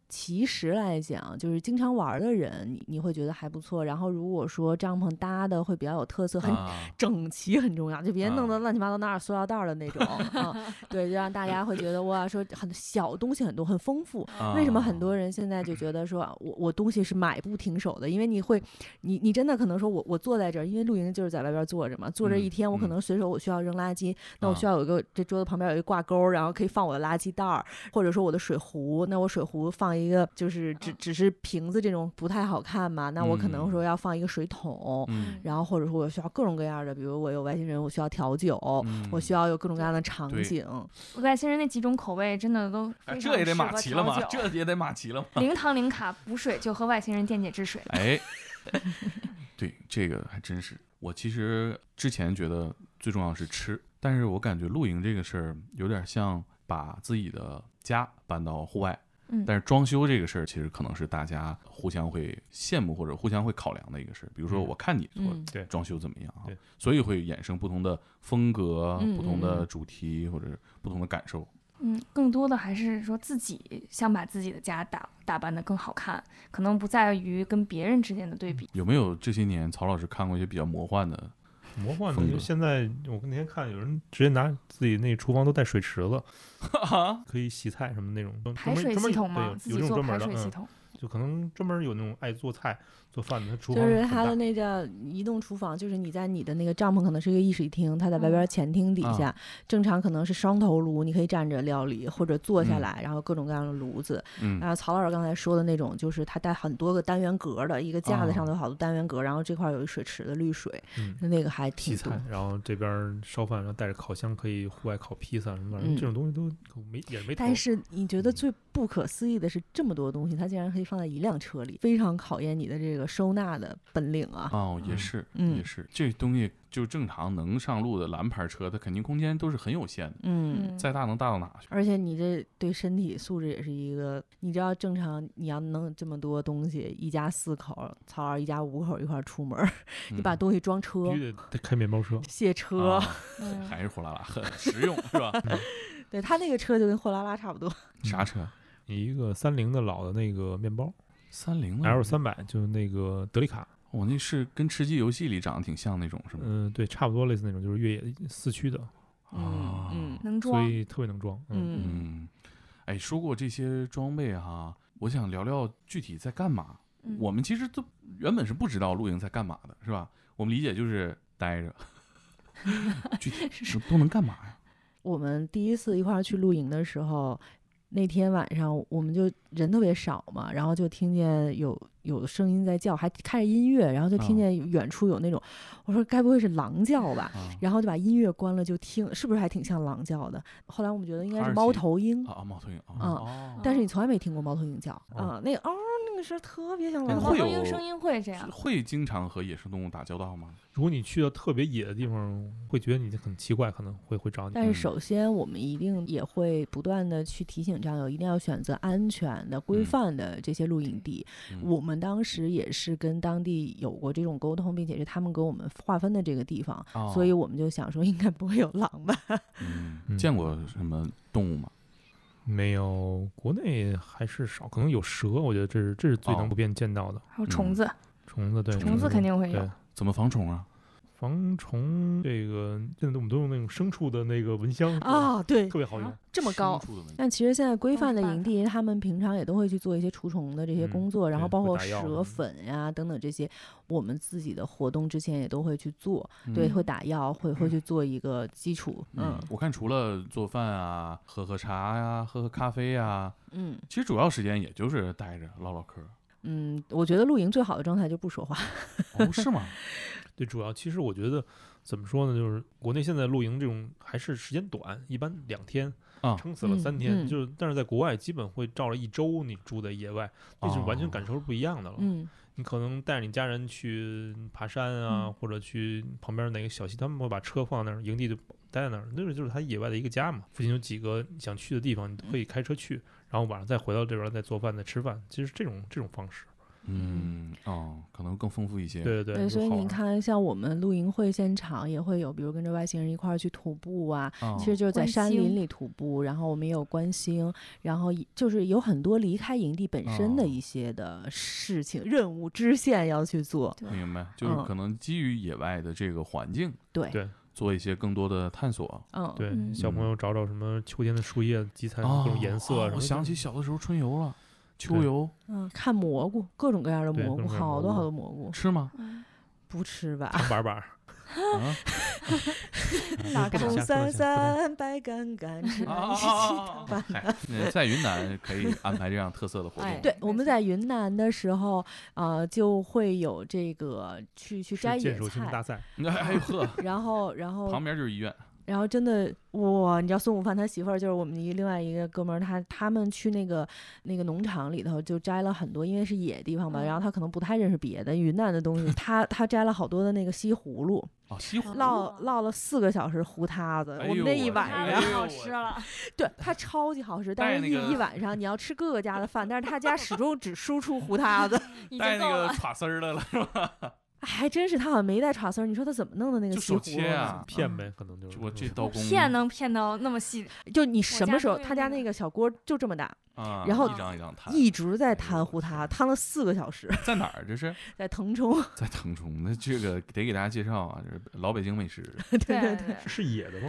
F: 其实来讲，就是经常玩儿的人，你你会觉得还不错。然后如果说帐篷搭的会比较有特色，很
E: 啊
F: 整齐很重要，就别弄
E: 啊
F: 得乱七八糟哪有塑料袋儿的那种 啊、对，就让大家会觉得哇，说很小东西很多，很丰富。
E: 啊
F: 为什么很多人现在就觉得说啊我我东西是买不停手的？因为你会，你你真的可能说我我坐在这儿，因为露营就是在外边坐着嘛，坐这一
E: 嗯
F: 天，我可
E: 嗯
F: 能随手我需要扔垃圾，那我需
E: 啊
F: 要有一个这桌子旁边有一个挂钩儿，然后可以放我的垃圾袋儿，或者说我的水壶，那我水壶放了一个，就是只只是瓶子这种不太好看嘛，那我可能说要放一个水桶，
E: 嗯
F: 然后或者说我需要各种各样的，比如我有外星人，我需要调酒，
E: 嗯
F: 我需要有各种各样的场
E: 对
F: 景，
G: 外星人那几种口味真的都
E: 哎
G: 非常
E: 这也得码齐
G: 适
E: 了
G: 合
E: 嘛，
G: 调酒
E: 这也得码齐了嘛。
G: 零糖零卡补水就喝外星人电解质水吧。
E: 哎，对，这个还真是。我其实之前觉得最重要是吃，但是我感觉露营这个事儿有点像把自己的家搬到户外。
G: 嗯
E: 但是装修这个事儿，其实可能是大家互相会羡慕或者互相会考量的一个事儿。比如说，
D: 嗯
E: 我看你做
F: 嗯
D: 对
E: 装修怎么样啊
D: 对，
E: 所以会衍生不同的风格、
F: 嗯
E: 不
F: 嗯
E: 同的
F: 嗯
E: 主题或者不同的感受。
G: 嗯，更多的还是说自己想把自己的家打打扮得更好看，可能不在于跟别人之间的对比。
E: 有没有这些年曹老师看过一些比较魔幻的？
D: 魔幻
E: 风
D: 的，就
E: 格
D: 现在我那天看有人直接拿自己那厨房都带水池子，可以洗菜什么那种专
G: 排
D: 门
G: 水
D: 专门
G: 系统
D: 对
G: 吗？自
D: 有有这
G: 己
D: 种
G: 做
D: 专
G: 排
D: 门
G: 水系
D: 的，嗯，
G: 统。
D: 就可能专门有那种爱做菜做饭的，他厨
F: 就
D: 房
F: 是
D: 很
F: 它
D: 大
F: 的那叫移动厨房，就是你在你的那个帐篷可能是一个一室一厅，它在外边
G: 嗯
F: 前厅底
E: 啊
F: 下，正常可能是双头炉，你可以站着料理或者坐下
E: 嗯
F: 来，然后各种各样的炉子。
E: 嗯
F: 然后曹老师刚才说的那种，就是它带很多个单元格儿的，一个架子上
E: 啊
F: 头有好多单元格儿，然后这块儿有一水池的滤水，
D: 嗯
F: 那个还
D: 洗
F: 挺多
D: 菜。，然后这边烧饭，然后带着烤箱可以户外烤披萨什么玩意儿，
F: 嗯
D: 这种东西都可没也没头儿。
F: 但是你觉得最不可思议的是，这么多东西，它竟然可以放在一辆车里，非常考验你的这个收纳的本领啊！
E: 哦，也
D: 嗯
E: 是，也
F: 嗯
E: 是，这东西就正常能上路的蓝牌车，它肯定空间都是很有限的，
F: 嗯
G: 嗯，
E: 再大能大到哪去？
F: 而且你这对身体素质也是一个，你知道正常你要弄这么多东西，一家四口，曹老师一家五口一块儿出门儿，你把
E: 嗯
F: 东西装车、
D: 必须得得开面包车，
F: 卸车，
E: 啊
G: 嗯
E: 还是货拉拉，很实用是吧？
F: 对他那个车就跟货拉拉差不多。
E: 啥车？
D: 你一个三菱的老的那个面包
E: 三菱的
D: L 三百，就是那个德利卡，
E: 我那是跟吃鸡游戏里长得挺像那种是吗？
D: 嗯、对，差不多类似那种，就是越野四驱的，
F: 嗯
E: 啊
F: 嗯
G: 能
D: 所
G: 装。
D: 以特别能装。嗯，
F: 嗯
E: 嗯，哎，说过这些装备哈、我想聊聊具体在干嘛。
G: 嗯
E: 我们其实都原本是不知道露营在干嘛的，是吧？我们理解就是 待着，具体是都能干嘛呀？
F: 我们第一次一块儿去露营的时候，那天晚上我们就人特别少嘛，然后就听见有有声音在叫，还开着音乐，然后就听
E: 啊
F: 见远处有那种，我说该不会是狼叫吧？
E: 啊
F: 然后就把音乐关了，就听，是不是还挺像狼叫的？后来我们觉得应该
E: 哈
F: 是
E: 士
F: 猫
E: 奇
F: 头鹰，
E: 啊啊，猫头鹰啊，
F: 嗯
E: 哦
F: 但是你从来没听过猫头鹰叫
D: 哦
F: 啊，那个嗷那个声儿特别像
E: 但
F: 狼
E: 哎会
F: 叫。
E: 有嗯
G: 有声音会这样，
E: 会经常和野生动物打交道吗？
D: 如果你去到特别野的地方，会觉得你很奇怪，可能会会找你。
F: 但
E: 嗯
F: 是首先，我们一定也会不断的去提醒战友，一定要选择安全的、规
E: 嗯
F: 范的这些露营地。
E: 嗯
F: 我们当时也是跟当地有过这种沟通，并且是他们给我们划分的这个地方，
E: 哦
F: 所以我们就想说，应该不会有狼吧？
E: 嗯，
D: 嗯
E: 见过什么动物吗？
D: 没有，国内还是少，可能有蛇，我觉得这是这是最
E: 哦
D: 能普遍见到的、
G: 还有
E: 嗯
G: 虫子，
D: 虫子，对，
G: 虫子肯定会有
D: 对。。
E: 怎么防虫啊？
D: 防虫这个现在我们都用那种牲畜的那个蚊香，
F: 啊，对
D: 特，别好用。
F: 这么高嗯
E: 牲。畜的问题
F: 但其实现在规
G: 都是
F: 范的
G: 办
F: 营
G: 法
F: 地，他们平常也都会去做一些除虫的这些
D: 嗯
F: 工作，然后
D: 对
F: 包
D: 会
F: 括
D: 打药什么
F: 蛇
D: 的
F: 粉呀、等等这些，我们自己的活动之前也都会去做，对，
E: 嗯
F: 会打药，会会
D: 嗯
F: 去做一个基础，嗯
E: 嗯，我看除了做饭啊，喝喝茶呀、喝喝咖啡呀、
F: 嗯
E: 其实主要时间也就是待着唠唠嗑儿。
F: 嗯，我觉得露营最好的状态就不说话，
E: 哦，是吗？
D: 对，主要其实我觉得怎么说呢，就是国内现在露营这种还是时间短，一般两天，
E: 啊
D: 撑死了三天，
F: 嗯嗯
D: 就是但是在国外基本会照了一周，你住在野外，这是
F: 哦
D: 完全感受是不一样的了。
F: 嗯
D: 你可能带着你家人去爬山啊，
G: 嗯
D: 或者去旁边哪个小溪，他们会把车放在那儿，营地就待在那儿，那个就是他野外的一个家嘛。附近有几个你想去的地方，你都可以开车去，然后晚上再回到这边儿再做饭再吃饭，其实这种这种方式，
E: 嗯，哦，可能更丰富一些。，
D: 对对
F: 对，
D: 对，
F: 所以
D: 就好啊
F: 你
D: 玩儿，
F: 看，像我们露营会现场也会有，比如跟着外星人一块儿去徒步啊，
E: 哦、
D: 嗯
F: 其实就是在
G: 观
F: 山
G: 星
F: 林里徒步，然后我们也有观星，然后一就是有很多离开营地本身
E: 哦
F: 的一些的事情、任务支线要去做。
E: 明白，就是
F: 嗯
E: 可能基于野外的这个环境，
F: 对，
D: 对
E: 做一些更多的探索。
F: 嗯，
D: 对、
G: 嗯
D: 小朋友找找什么秋天的树叶集采各种颜色、
E: 哦
D: 啊什么的，
E: 我想起小的时候春游了，秋
D: 对
E: 游
F: 嗯，看蘑菇，各种各样的
D: 对
F: 蘑
D: 各种
F: 菇，
D: 各样的
F: 好多
D: 蘑菇
F: 好多蘑菇，
E: 吃吗？
G: 嗯
F: 不吃吧？
D: 长板板儿，
E: 啊
G: 哪个
D: 不能
F: 红
D: 瞎说
F: 伞
D: 不能
F: 伞白杆杆， 吃
E: 啊
F: 南
E: 啊
F: 一起
E: 啊啊
F: 打
E: 啊！嗨 那在云南可以安排这样特色的活
G: 哎
E: 动，
F: 对，我
G: 没
F: 们
G: 错
F: 在云南的时候，呃，就会有这个去去摘
D: 是
F: 野
D: 剑手青年大
F: 菜，
D: 赛，
E: 那哎呦呵，
F: 然后然后
E: 旁边就是医院，
F: 然后真的哇，你知道孙午饭他媳妇儿就是我们一另外一个哥们儿，他他们去那个那个农场里头就摘了很多，因为是野地方嘛，
G: 嗯
F: 然后他可能不太认识别的云南的东西， 他他摘了好多的那个西葫芦，
E: 哦，西湖，
F: 烙烙了四个小时糊塌子，
E: 哎
F: 我们
E: 呦
F: 那一
E: 我
F: 晚
E: 哎
G: 太
F: 上，
E: 呦我
G: 好吃了，
F: 对它超级好吃，
E: 带
F: 但是
E: 那
F: 一、
E: 个
F: 一晚上你要吃各个家的饭，但是他家始终只输出糊塌 子，
G: 已
E: 带
G: 经
E: 那
G: 够
E: 个
G: 了。
E: 垮丝儿的了是吧？
F: 还真是他好像没带炒丝儿，你说他怎么弄的那个
E: 就
F: 西
E: 手
F: 葫芦
E: 切
F: 呢？嗯
E: 啊，
D: 骗呗，可能就是
E: 我这刀工
G: 骗能骗到那么细，
F: 就你什么时候
G: 家都有
F: 他家
G: 那个
F: 那个小锅就这么大，
E: 啊，
F: 然后
E: 一张一张摊，
F: 一直在
E: 哎呦
F: 摊糊
E: 我天
F: 塌，摊了四个小时，
E: 在哪儿这是？
F: 在腾冲。
E: 在腾冲，那这个得给大家介绍啊，就是老北京美食，
F: 对对
G: 对
F: 对，
G: 对
D: 是野的吗？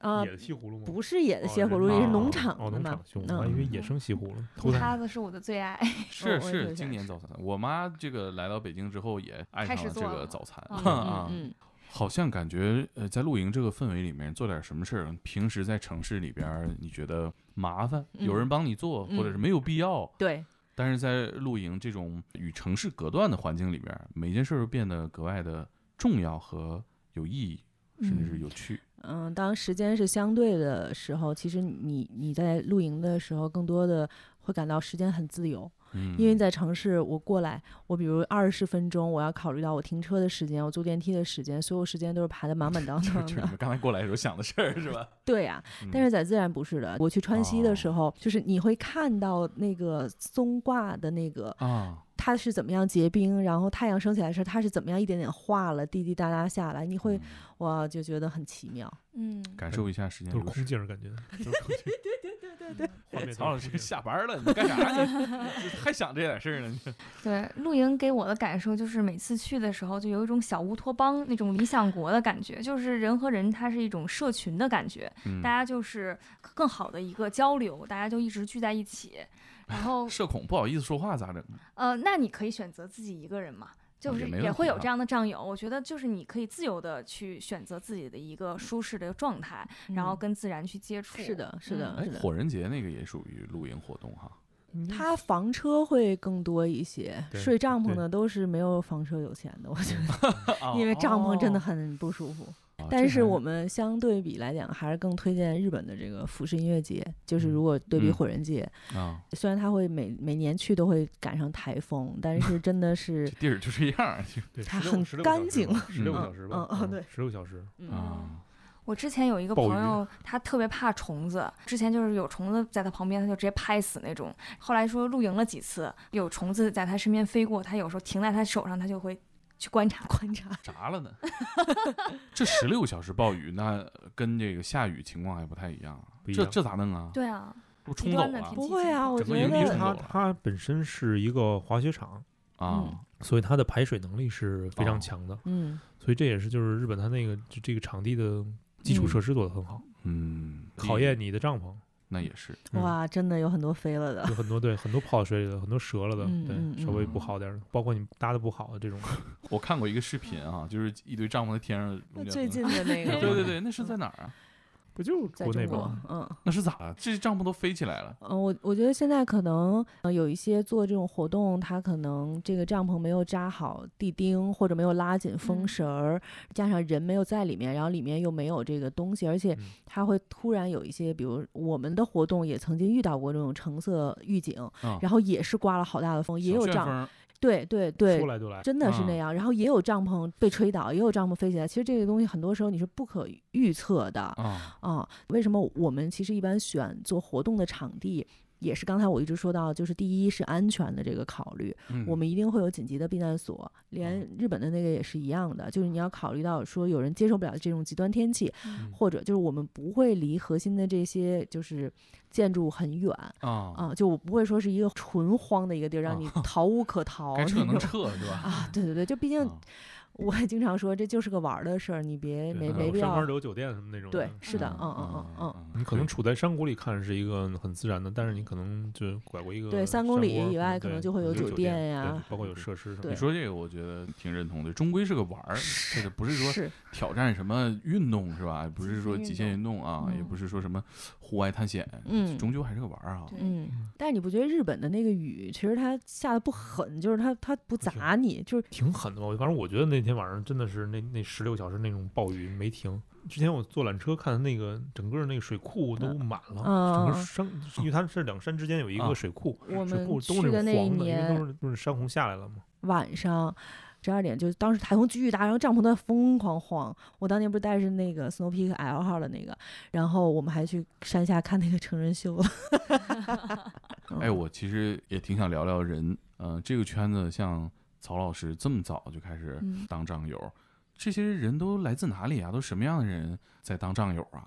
F: 啊
D: 野，的西葫芦吗？
F: 不是野的
D: 哦
F: 西葫
D: 人
F: 芦，也是
E: 造
F: 农
E: 的
F: 场
D: 哦，
F: 的
D: 农
F: 嘛
D: 场西葫芦，我还以
F: 嗯，
D: 为野生西葫芦，
G: 土
D: 偷
G: 塌
D: 蛋。
G: 子是我的最爱，
E: 是
F: 我也
E: 是
F: 特
E: 经
F: 想
E: 典早餐。我妈这个来到北京之后也爱
G: 开
E: 上
G: 始
E: 了这
G: 做
E: 个
G: 了
E: 早餐
G: 嗯
E: 啊，
F: 嗯
E: 好像感觉呃，在露营这个氛围里面做点什么事儿，平时在城市里边儿你觉得麻烦，有人
F: 嗯
E: 帮你做，或者
F: 嗯
E: 是没有必要。
F: 对，
E: 但是在露营这种与城市隔断的环境里边儿，每件事儿都变得格外的重要和有意义，甚至是
F: 嗯
E: 有趣。
F: 嗯，当时间是相对的时候，其实你你在露营的时候，更多的会感到时间很自由，
E: 嗯，
F: 因为在城市，我过来，我比如二十分钟，我要考虑到我停车的时间，我坐电梯的时间，所有时间都是排得满满当当
E: 就是你
F: 的。
E: 们刚才过来的时候想的事儿是吧？
F: 对啊呀、 但
E: 嗯
F: 是在自然不是的。我去川西
E: 哦
F: 的时候，就是你会看到那个松挂的那个
E: 啊，
F: 它是怎么样结冰，然后太阳升起来的时候，它是怎么样一点点化了，滴滴答答下来，你会
E: 嗯
F: 哇就觉得很奇妙。
G: 嗯，
E: 感受一下时间
D: 都是
E: 流逝
D: 空。镜儿感觉， 画面都是
E: 曹老
D: 空
E: 师
D: 镜儿
E: 下班了，你干啥 你？还想这点事儿呢？
G: 对，露营给我的感受就是每次去的时候，就有一种小乌托邦那种理想国的感觉，就是人和人它是一种社群的感觉，
E: 嗯
G: 大家就是更好的一个交流，大家就一直聚在一起。然 后
E: 嗯社恐不好意思说话咋整？
G: 呃，那你可以选择自己一个人嘛，就
E: 也
G: 是
E: 没
G: 也
E: 问
G: 会
E: 题
G: 有
E: 啊
G: 这样的战友。我觉得就是你可以自由的去选择自己的一个舒适的状态，然后
F: 嗯
G: 跟嗯自然去接触。
F: 是的，是的，
E: 哎
F: 是，的。
E: 火人节那个也属于露营活动 哈。
G: 嗯
F: 它房车会更多一些，
D: 对
F: 睡帐篷
D: 对
F: 的都是没有房车有钱的，我觉得，
D: 哦
F: 因为帐篷真的很不舒服。
E: 哦，
F: 但是我
E: 们
F: 们相对比来讲，还是更推荐日本的这个服饰音乐节，就是
D: 嗯
F: 如果对比
E: 嗯
F: 火人节，
E: 啊，
F: 虽然它会每每年去都会赶上台风，但是真的是
E: 这地儿就这样儿
D: 对，
F: 它
D: 16
F: 很
D: 16
F: 干
D: 小时
F: 净
D: 吧，十六个
E: 嗯
D: 小时吧，
F: 嗯嗯对
D: 十六小时，
G: 嗯
E: 啊。
G: 我之前有一个
D: 鲍
G: 朋
D: 鱼
G: 友，他特别怕虫子，之前就是有虫子在他旁边，他就直接拍死那种。后来说露营了几次，有虫子在他身边飞过，他有时候停在他手上，他就会去观察。
F: 观察。
E: 炸了呢！ 这十六小时暴雨，那跟这个下雨情况还不太一样啊。
D: 不一
E: 这
D: 样
E: 这咋弄啊？
G: 对啊，
E: 不
G: 极
E: 冲走
G: 端的
E: 了
G: 天
F: 不会啊，我
E: 整
F: 觉
E: 个营地
D: 因为
E: 冲
F: 得
E: 走
D: 它
E: 了
D: 它本身是一个滑雪场，
E: 啊？
D: 所以它的排水能力是非
E: 哦
D: 常强的，
F: 嗯，
D: 所以这也是就是日本它那个就这个场地的基础
F: 嗯
D: 设施做得很好，
E: 嗯，
D: 考验你的帐篷。
E: 那也是
D: 嗯
F: 哇，真的有很多飞了的。
D: 有很多对很多泡水里的，很多折了的，
F: 嗯嗯
D: 对，稍微
E: 嗯
D: 不好点儿的，包括你搭的不好的这种，
E: 我看过一个视频啊，就是一堆帐篷在天上中间
F: 最
E: 横
F: 近的 那嗯个，
E: 对对对，那是在哪儿啊？
D: 不就
F: 在
D: 国内
F: 中
D: 吗
F: 国？，嗯。
E: 那是咋了？这帐篷都飞起来了。
F: 嗯，我我觉得现在可能、呃、有一些做这种活动，他可能这个帐篷没有扎好地钉，或者没有拉紧风
G: 嗯
F: 绳儿，加上人没有在里面，然后里面又没有这个东西，而且
D: 嗯
F: 它会突然有一些，比如我们的活动也曾经遇到过这种橙色预警，
E: 啊
F: 然后也是刮了好大的风，也
E: 小
F: 有
E: 旋
F: 帐，
E: 风
F: 对对对
D: 说，来就来，
F: 真的是
E: 啊
F: 那样，然后也有帐篷被吹倒，也有帐篷飞起来，其实这个东西很多时候你是不可预测的，
E: 啊，
F: 啊，为什么我们其实一般选做活动的场地？也是刚才我一直说到，就是第一是安全的这个考虑，
E: 嗯
F: 我们一定会有紧急的避难所，连日本的那个也是一样的，就是你要考虑到说有人接受不了这种极端天气，
D: 嗯
F: 或者就是我们不会离核心的这些就是建筑很远
E: 啊，
F: 啊，就我不会说是一个纯荒的一个地儿让
E: 啊
F: 你逃无可逃
E: 该撤
F: 那
E: 能
F: 种啊
E: 撤是吧？
F: 啊，对对对，就毕竟
E: 啊
F: 我也经常说，这就是个玩儿的事儿，你别没没必
D: 山花
F: 要。
D: 柳酒店什么那种的。
F: 对，是的，嗯嗯嗯嗯。
D: 你可能处在山谷里看是一个很自然的，但是你可能就拐过一个
F: 对三公
D: 山
F: 里
D: 坡
F: 以外可
D: 对
F: 能就会有
D: 有
F: 酒
D: 店
F: 店呀
D: 对包括有设施什么的。
F: 对
E: 你说这个，我觉得挺认同的。终归是个玩儿，这个不是说
F: 是
E: 挑战什么运动是吧？不是说极限运动啊，
F: 嗯
E: 也不是说什么户外探险，
F: 嗯
E: 终究还是个玩儿啊。
G: 对
F: 嗯，但是你不觉得日本的那个雨，其实它下的不狠，就是它它不砸你，就是
D: 挺狠的吧？反正我觉得那天晚上真的是那那十六小时那种暴雨没停。之前我坐缆车看那个整个那个水库都满了，整个
F: 嗯
D: 山，因为它是两山之间有一
E: 啊
D: 个水库，
F: 我
D: 水
F: 们
D: 库都
F: 去
D: 是
F: 的那一
D: 黄的，因为
F: 年
D: 都是都是山洪下来了嘛。
F: 晚上十二点，就当时台风巨大，然后帐篷都在疯狂晃。我当年不是带着那个 Snow Peak L 号的那个，然后我们还去山下看那个成 人秀。嗯
E: 哎，我其实也挺想聊聊人，呃，这个圈子像曹老师这么早就开始
F: 嗯
E: 当战友，这些人都来自哪里啊？都什么样的人在当战友 啊？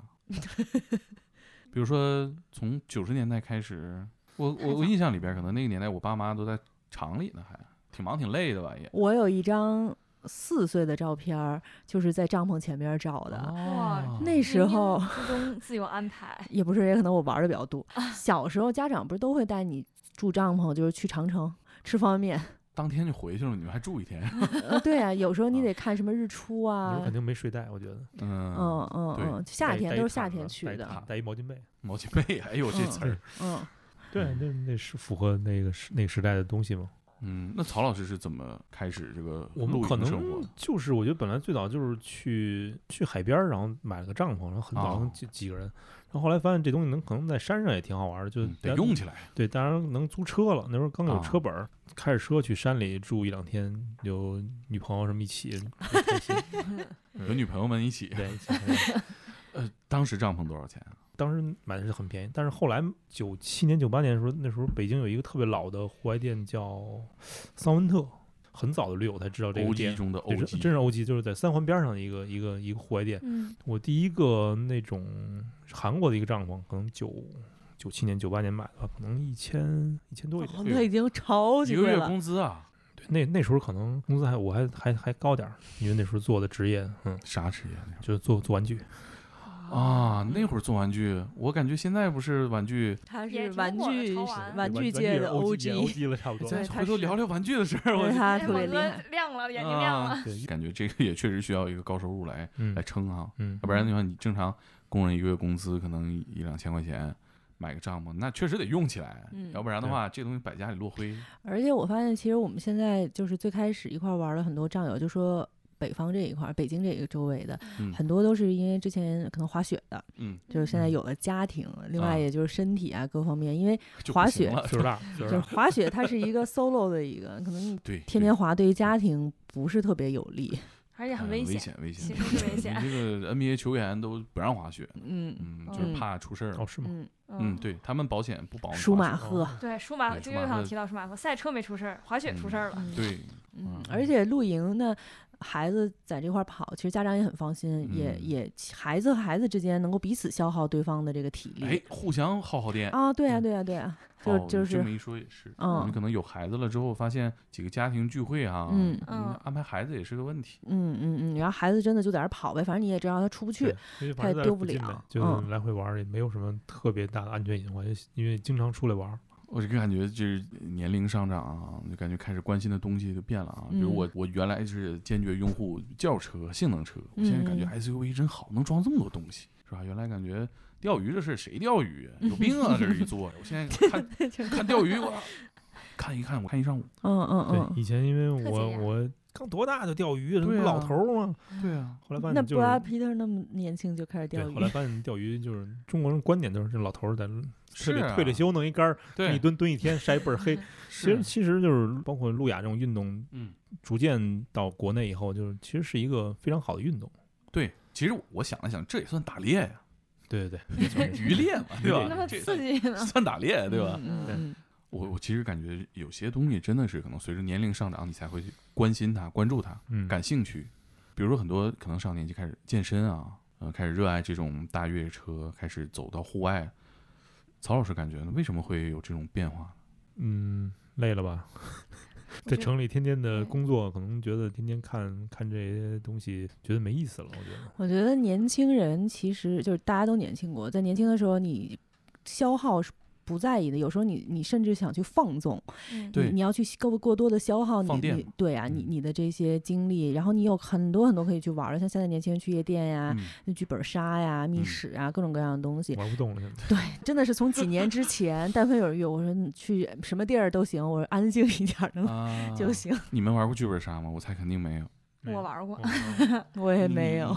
E: 比如说从九十年代开始，我我我印象里边，可能那个年代我爸妈都在厂里呢，还挺忙挺累的吧也。
F: 我有一张四岁的照片儿，就是在帐篷前面照的。
E: 哦
F: 那时候，
G: 冥冥之中自有安排
F: 也不是，也可能我玩的比较多。小时候家长不是都会带你住帐篷，就是去长城吃方便面。
E: 当天就回去了，你们还住一 天？
F: 呃对啊，有时候你
E: 啊
F: 得看什么日
D: 那
F: 出
D: 时
F: 啊
D: 候肯。定没睡袋，我觉得。
E: 嗯，
F: 嗯嗯
E: 对
F: 嗯，夏
D: 带
F: 天
D: 带
F: 都
D: 一
F: 是夏
D: 毯
F: 天
D: 子
F: 去
D: 带一
F: 的。
D: 毯带一毛巾被。
E: 毛巾被，哎呦这词儿，
F: 嗯，
D: 对，那那是符合那个时那个时代的东西吗？
E: 嗯，那曹老师是怎么开始这个
D: 我们
E: 露
D: 可
E: 营生活
D: 能
E: 的？
D: 就是，我觉得本来最早就是去去海边儿，然后买了个帐篷，然后很早
E: 哦
D: 几几个人，然后后来发现这东西能可能在山上也挺好玩儿的，就
E: 嗯
D: 大
E: 得
D: 家
E: 用起来。
D: 对，当然能租车了。那时候刚有
E: 啊
D: 车本儿，开着车去山里住一两天，有女朋友什么一 起，多开心
E: 和女朋友们一起。
D: 对，一起开心嗯
E: 呃，当时帐篷多少钱啊？
D: 当时买的是很便宜，但是后来九七年、九八年的时候，那时候北京有一个特别老的户外店叫桑温特，很早的驴友才知道哦这
E: 欧
D: 个
E: 几
D: 店。
E: 中的欧
D: 对，真
E: 几，
D: 真是欧记，就是在三环边上的一个一个一个户外店。
G: 嗯，
D: 我第一个那种韩国的一个帐篷，可能九九七年、九八年买的吧，可能一千一千多一点。
F: 哦那已经超级
E: 一个
F: 贵
E: 月
F: 了。
E: 工资啊？
D: 对，那那时候可能工资还我还还还高点儿，因为那时候做的职业，嗯，
E: 啥职业那
D: 就是做做玩具。
E: 会儿啊？那会儿做玩具，我感觉现在不是玩具。
F: 他
G: 也
F: 是
G: 挺
F: 玩
G: 火的
F: 具
G: 潮
F: 是
G: 玩
F: 玩具界的 OG，
D: OG 了差不多。
E: 咱
F: 对
E: 回头
F: 他是
E: 聊聊玩具的事儿，我
F: 对啊
E: 觉
F: 他
G: 哎
F: 特别
G: 猛
F: 厉
G: 哥
F: 害。
G: 亮了，眼睛亮了，
E: 啊
D: 对，
E: 感觉这个也确实需要一个高收入来
D: 嗯
E: 来撑啊，
D: 嗯
E: 要，不然的话，你正常工人一个月工资可能一两千块钱。买个帐篷，那确实得用起来，
F: 嗯
E: 要不然的话，这东西摆家里落灰。
F: 而且我发现，其实我们现在就是最开始一块儿玩了很多战友，就说北方这一块儿，北京这个周围的，
E: 嗯
F: 很多都是因为之前可能滑雪的，
E: 嗯，
F: 就是现在有了家庭，另
E: 啊
F: 外也就是身体啊各方面，因为
E: 就
F: 滑
E: 不行
F: 雪
E: 了
D: 岁数大，岁
F: 就
D: 数
F: 是
D: 大。
F: 滑 雪它是一个 solo 的一个，可能你
E: 啊对，
F: 天
E: 对
F: 天滑对于家庭不是特别有利。
G: 而且很
E: 呃
G: 危
E: 危
G: 险。
E: 险，危
G: 其实是危险
E: 你这个 NBA 球员都不让滑雪，
F: 嗯
E: 嗯，就是
F: 嗯
E: 怕出事儿。
D: 哦，是吗？哦
F: 嗯，
E: 嗯，，对他们保险不保你
F: 舒
E: 滑
F: 马
E: 雪啊
F: 赫，
G: 对，舒马
E: 对
G: 这
E: 舒
G: 又
E: 马
G: 想
E: 赫
G: 提到舒马赫，赛车没出事儿，滑雪出事儿了。
F: 嗯
E: 对，
F: 嗯
E: 嗯，
F: 而且露营呢，孩子在这块儿跑，其实家长也很放心，也
E: 嗯
F: 也孩子和孩子之间能够彼此消耗对方的这个体
E: 哎嗯
F: 力。，
E: 互相耗耗电。
F: 啊，对啊，对啊，对啊，嗯就
E: 哦
F: 就
E: 你这
F: 是
E: 么一说也是，
F: 嗯
E: 你可能有孩子了之后，发现几个家庭聚会啊，
F: 嗯
E: 你
G: 嗯
E: 安排孩子也是个问题。
F: 嗯嗯嗯，然后孩子真的就在那儿跑呗，反正你也知道他出不去
D: 对，，因为
F: 他
D: 反
F: 也
D: 正在
F: 丢
D: 附
F: 不
D: 近
F: 了
D: 呗就是
F: 嗯
D: 来回玩儿，也没有什么特别大的安全隐患，因为经常出来玩儿。
E: 我这个感觉就是年龄上涨啊，就感觉开始关心的东西就变了啊。比如
F: 嗯
E: 我，我原来是坚决拥护轿车、性能车，我现在感觉
F: 嗯
E: SUV 真好，能装这么多东西，是吧？原来感觉钓鱼这事儿谁钓鱼啊，有病啊，这儿一坐。我现在看 看钓鱼，我看一看，我看一上午。
F: 嗯嗯
D: 对，
F: 嗯，
D: 以前因为
G: 特
D: 我
G: 解压
D: 我刚多大就钓鱼，这不
E: 对啊
D: 老头儿吗？
E: 对啊，
D: 后来发
F: 那
D: 现
F: 布
D: 就
F: 拉
D: 是。
F: 皮特那么年轻就开始
D: 对
F: 钓，
D: 后来
F: 鱼，
D: 发现钓鱼就是中国人观点都是这老头儿在退
E: 是
D: 了
E: 啊
D: 退了休弄一杆儿，
E: 对
D: 一，蹲蹲一天晒倍儿黑。其
E: 是
D: 实其实就是包括路亚这种运动，
E: 嗯，
D: 逐渐到国内以后，就是其实是一个非常好的运动。
E: 对。其实我想了想，这也算打猎呀，
D: 对对对，
E: 渔猎嘛，对吧？
G: 那么
E: 这也
G: 刺激呢？
E: 算打猎，对吧？
F: 嗯嗯
E: 我我其实感觉有些东西真的是可能随着年龄上涨，你才会去关心它、关注它、
D: 嗯，
E: 感兴趣。比如说很多可能上年纪开始健身啊，呃，开始热爱这种大越野车，开始走到户外。曹老师感觉呢？为什么会有这种变化？
D: 嗯，累了吧？在
G: 觉
D: 城里天天的
G: 对
D: 工作，可能觉得天天看看这些东西，觉得没意思了。我觉得，
F: 我觉得年轻人其实就是大家都年轻过，在年轻的时候，你消耗是不在意的，有时候你你甚至想去放纵，
G: 嗯
E: 对
F: 你你要去过过多的消耗你
E: 放电
F: 你对啊，你
D: 嗯
F: 你的这些精力，然后你有很多很多可以去玩儿的，像现在年轻人去夜店呀、
E: 嗯
F: 剧本杀呀、密
E: 嗯
F: 室啊，各种各样的东西。
D: 玩不动了，现在
F: 对，真的是从几年之前，但凡有人约我我说你去什么地儿都行，我说安静一点儿能
E: 啊，
F: 就 行，
E: 你们玩过剧本杀吗？我猜肯定没有。
D: 没有
G: 我玩过
D: 我，玩过
F: 我也没有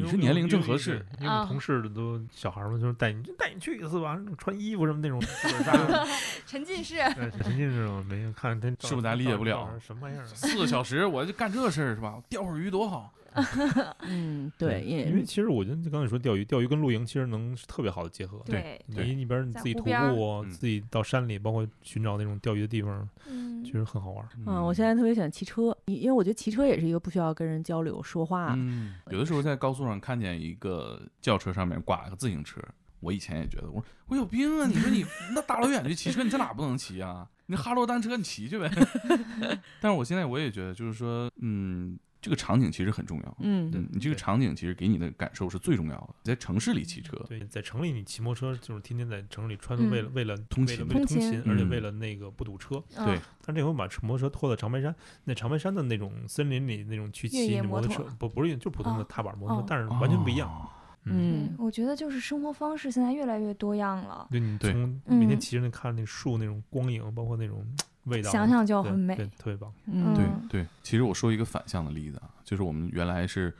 D: 因
E: 你是你
D: 为
E: 是
D: 我
E: 年
D: 有
E: 龄
D: 因为
E: 正合
D: 对
E: 适，
D: 因为我
G: 啊
D: 同事都小孩儿嘛，就是带你带你去一次吧，穿衣服什么那种剧本 杀，
G: 沉浸式。
D: 哎沉浸这种没有看他
E: 是不是咱理解不了
D: 什么玩意 儿？
E: 四个小时我就干这事儿是吧？钓会儿鱼多好。
F: 嗯，对，
D: 因为其实我觉得你刚才说钓鱼，钓鱼跟露营其实能是特别好的结合。
E: 对
G: 对，
E: 对
D: 你一边你
G: 在
D: 自己
G: 湖
D: 徒
G: 边儿
D: 步，啊
E: 嗯
D: 自己到山里，包括寻找那种钓鱼的地方，
G: 嗯
D: 其实很好玩儿。
F: 嗯，我现在特别喜欢骑车，因因为我觉得骑车也是一个不需要跟人交流说话。
E: 嗯，
D: 啊
E: 有的时候在高速上看见一个轿车上面挂个自行车，我以前也觉得，我说我有病啊！你说 你那大老远去骑车，你在哪不能骑啊？你哈罗单车你骑去 呗。但是我现在我也觉得，就是说，嗯，这个场景其实很重要。
F: 嗯
E: 嗯，你这
D: 对
E: 个场景其实给你的感受是最重要的。在城市里骑车，
D: 对，在城里你骑摩托车就是天天在城里穿，
G: 嗯
D: 为了为了
E: 通
D: 为了
E: 勤
D: 为了通
G: 通
D: 勤
G: 勤，
D: 而且
E: 嗯
D: 为了那个不堵车。
E: 对
G: 嗯
D: 但这回我把车摩托车拖到长白山，那长白山的那种森林里那种去
G: 越
D: 骑
G: 野
D: 那摩
G: 摩
D: 托车
G: 托，
D: 不不是就普通的
G: 哦
D: 踏板摩托车
G: 哦，
D: 但是完全不一样。
E: 哦。
G: 对
F: 嗯，
G: 我觉得就是生活方式现在越来越多样了，
D: 对你
E: 对
D: 从每天
G: 嗯
D: 骑着那看那树那种光影，包括那种味道，啊
G: 想想就
D: 对
G: 很美
D: 对，。特别棒。
F: 嗯
E: 对
G: 嗯
E: 对，其实我说一个反向的例子啊，就是我们原来是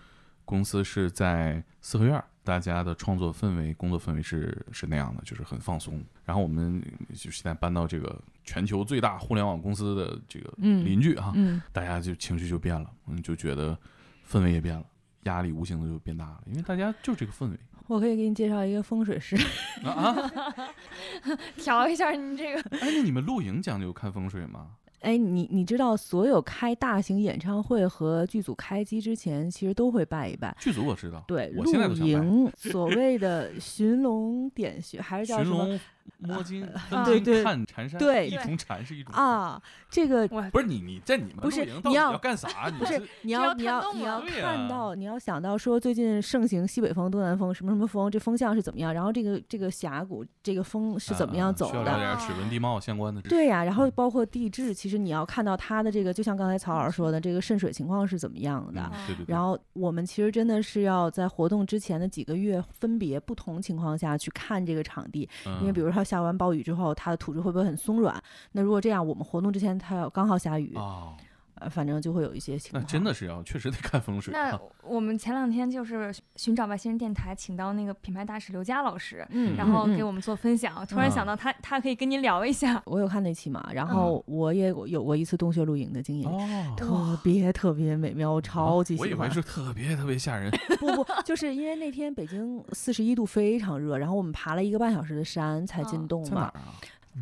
E: 公司是在四合院儿，大家的创作氛围、工作氛围是是那样的，就是很放松。然后我们就现在搬到这个全球最大互联网公司的这个
F: 嗯
E: 邻居啊，
F: 嗯
E: 大家就情绪就变了，嗯，就觉得氛围也变了。压力无形的就变大了，因为大家就这个氛围
F: 我可以给你介绍一个风水师，
E: 啊啊！
G: 调一下你这个，
E: 哎，那你们露营讲究看风水吗？
F: 哎，你你知道，所有开大型演唱会和剧组开机之前，其实都会拜一拜。
E: 剧组我知道，
F: 对，
E: 我现在
F: 露
E: 都想买。
F: 营所谓的寻龙点穴，还是叫
E: 寻
F: 什么
E: 龙摸金，分
F: 啊
E: 金
F: 对
E: 看缠山，
F: 对
E: 一重缠是一种
F: 啊？这个
E: 不是你，你在你们
F: 不是
E: 露营到
F: 你
E: 底
F: 要
E: 要 干啥？你
F: 不是你
G: 这
F: 要
G: 要
F: 你
G: 看
F: 要
G: 动
F: 你
G: 物
F: 要
E: 对呀
F: 看到，你要想到说最近盛行西北风、东南风，什么什么风，这风向是怎么样？然后这个这个峡谷这个风是怎么样走
E: 啊需要
F: 的
E: 了？解水文地貌相关的知识。
F: 对呀、然
E: 嗯
F: 后包括地质，其实你要看到它的这个，就像刚才曹老师说的，这个渗水情况是怎么样的。
E: 嗯对对对。
F: 然后我们其实真的是要在活动之前的几个月，分别不同情况下去看这个场地，因为比
E: 如
F: 如说下完暴雨之后，它的土质会不会很松软？那如果这样，我们活动之前它要刚好下雨，
E: 哦，
F: 呃反正就会有一些情
E: 那
F: 况。
E: 真的是要确实得看风水
G: 那
E: 啊。
G: 我们前两天就是寻找外星人电台，请到那个品牌大使刘佳老师，
F: 嗯，嗯，
G: 然后
F: 嗯
G: 给我们做分享。突
E: 啊
G: 然想到他，他可以跟您聊一下。
F: 我有看那期嘛，然
G: 嗯
F: 后我也有过一次洞穴露营的经验，
E: 哦，
F: 特别特别美妙，我嗯超级
E: 我以
F: 喜欢。
E: 为是特别特别吓 人。
F: 不不，就是因为那天北京四十一度非常热，然后我们爬了一个半小时的山才进
G: 啊
F: 洞
E: 在哪
F: 嘛，
E: 儿啊？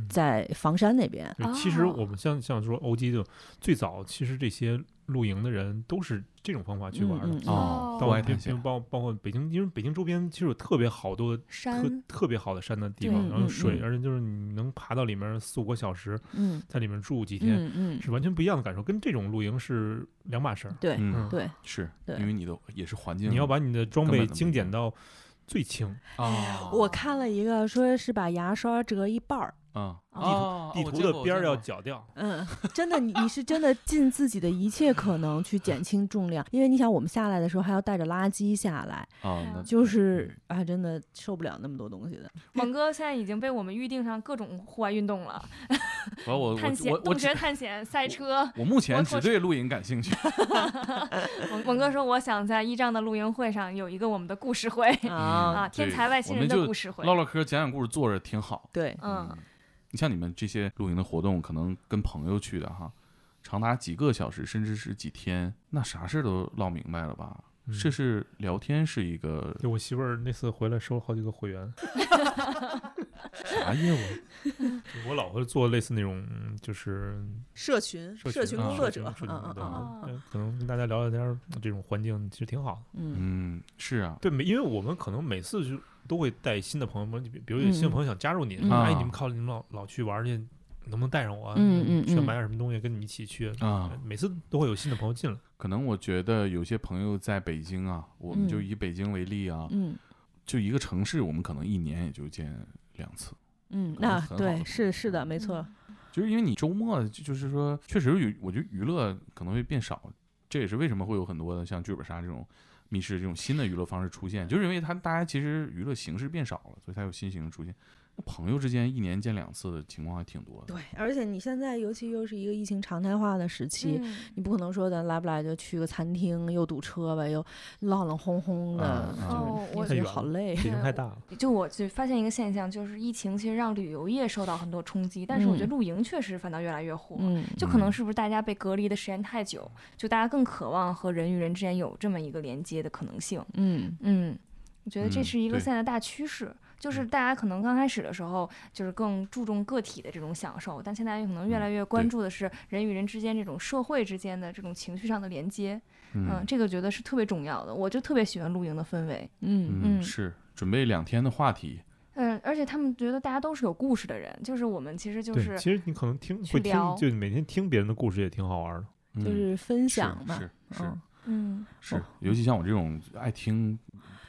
F: 在房山那边。
D: 对，其实
G: 哦
D: 我们像像说欧基就最早，其实这些露营的人都是这种方法去
F: 嗯
D: 玩的。
F: 嗯嗯
E: 哦，
D: 到
E: 户外
D: 并
E: 探险。
D: 包包括北京，因为北京周边其实有特别好多特
G: 山，
D: 特别好的山的地
G: 对
D: 方，然后
F: 嗯
D: 水，
F: 嗯
D: 而且就是你能爬到里面四五个小时，
F: 嗯
D: 在里面住几天，
F: 嗯嗯，
D: 是完全不一样的感受，跟这种露营是两码事儿。
F: 对
E: 嗯，
F: 对，
E: 是
F: 对
E: 因为你的也是环境。
D: 你要把你的装
E: 根本
D: 备
E: 都不
D: 精
E: 一
D: 简
E: 样
D: 到最轻，
E: 啊，
F: 我看了一个，说是把牙刷折一半儿。
E: 啊，
F: 地
D: 图
E: 哦
D: 地
E: 我
D: 图
E: 见过
D: 的
E: 我
D: 边儿
E: 见
D: 要
E: 过
D: 绞掉。
F: 嗯， 真的，你你是真的尽自己的一切可能去减轻重量，因为你想，我们下来的时候还要带着垃圾下来，
E: 啊，
F: 嗯
E: 那
F: 就是啊，真的受不了那么多东西的。
G: 猛哥现在已经被我们预定上各种户外运动了，
E: 我我我
G: 探险
E: 我、我
G: 洞
E: 只
G: 穴探险、赛车。
E: 我目前
G: 我
E: 只
G: 我
E: 对露营感兴趣。
G: 猛猛哥说，我想在一仗的露营会上有一个我们的故事会
F: 啊，
G: 啊，天
E: 对
G: 才外星
E: 我们
G: 人的
E: 就啊
G: 故事会。
E: 唠唠嗑，讲讲故事，坐着挺好。
F: 对，
G: 嗯，
E: 你像你们这些露营的活动，可能跟朋友去的哈，长达几个小时，甚至是几天，那啥事儿都唠明白了吧？
D: 嗯
E: 这是聊天是一个
D: 对我媳妇儿那次回来收了好几个会员，
E: 啥业务？啊
D: 我老婆做类似那种，嗯就是
F: 社群
D: 社
F: 社
D: 群
F: 群
E: 啊
F: 工
E: 社
F: 作
D: 群
F: 者，
D: 社群
F: 嗯
D: 工作
F: 嗯
G: 啊
D: 者，对呃可能跟大家聊聊天儿，这种环境其实挺好的。
F: 嗯
E: 嗯，是啊，
D: 对，每因为我们可能每次就都会带新的朋友们，比比如有新的
F: 嗯
D: 朋友想加入你，
F: 嗯
D: 哎，
E: 啊
D: 你们靠你们老老去玩儿去，能不能带上我啊？
F: 嗯嗯
D: 需要
F: 嗯
D: 买点什么东西，跟你一起去。
E: 啊，
D: 每次都会有新的朋友进来，
E: 可能我觉得有些朋友在北京啊，我们就
F: 嗯
E: 以北京为例啊，
F: 嗯
E: 就一个城市，我们可能一年也就见两次，
F: 嗯，
E: 可能
F: 那
E: 很好
F: 对
E: 的
F: 是是的，没
G: 嗯
F: 错，
E: 就是因为你周末就就是说，确实有，我觉得娱乐可能会变少，这也是为什么会有很多的像剧本杀这种密室这种新的娱乐方式出现，就是因为它大家其实娱乐形式变少了，所以才有新形式出现。那朋友之间一年见两次的情况还挺多的，
F: 对，而且你现在尤其又是一个疫情常态化的时期，
G: 嗯
F: 你不可能说咱来不来就去个餐厅，又堵车吧，又浪浪轰轰的
E: 啊，
F: 就
E: 啊
G: 哦
F: 是
G: 我
D: 太
F: 觉得
D: 远
F: 好
D: 了
F: 累
D: 北。京
G: 对
D: 太大了。
G: 就我就发现一个现象，就是疫情其实让旅游业受到很多冲击，但是我觉
F: 嗯
G: 得露营确实反倒越来越火。
F: 嗯，
G: 就可能
E: 嗯
G: 是不是大家被隔离的时间太久，就大家更渴望和人与人之间有这么一个连接的可能性。
F: 嗯
G: 嗯，我觉得这
E: 嗯
G: 是一个
E: 对
G: 现在大趋势，就是大家可能刚开始的时候就是更注重个体的这种享受，但现在可能越
E: 嗯
G: 来越关
E: 对
G: 注的是人与人之间这种社会之间的这种情绪上的连接。嗯，
E: 嗯
G: 这个觉得是特别重要的，我就特别喜欢露营的氛围。
F: 嗯
E: 嗯
G: 嗯
E: 是准备两天的话题，
G: 嗯，而且他们觉得大家都是有故事的人，就是我们其实就
D: 对，
G: 是
D: 其实你可能听
G: 去
D: 会听
G: 聊，
D: 就每天听别人的故事也挺好玩的。
E: 嗯
F: 就是分享嘛，
E: 是是
F: 嗯，
G: 嗯，
E: 是
F: 哦
E: 是，尤其像我这种爱听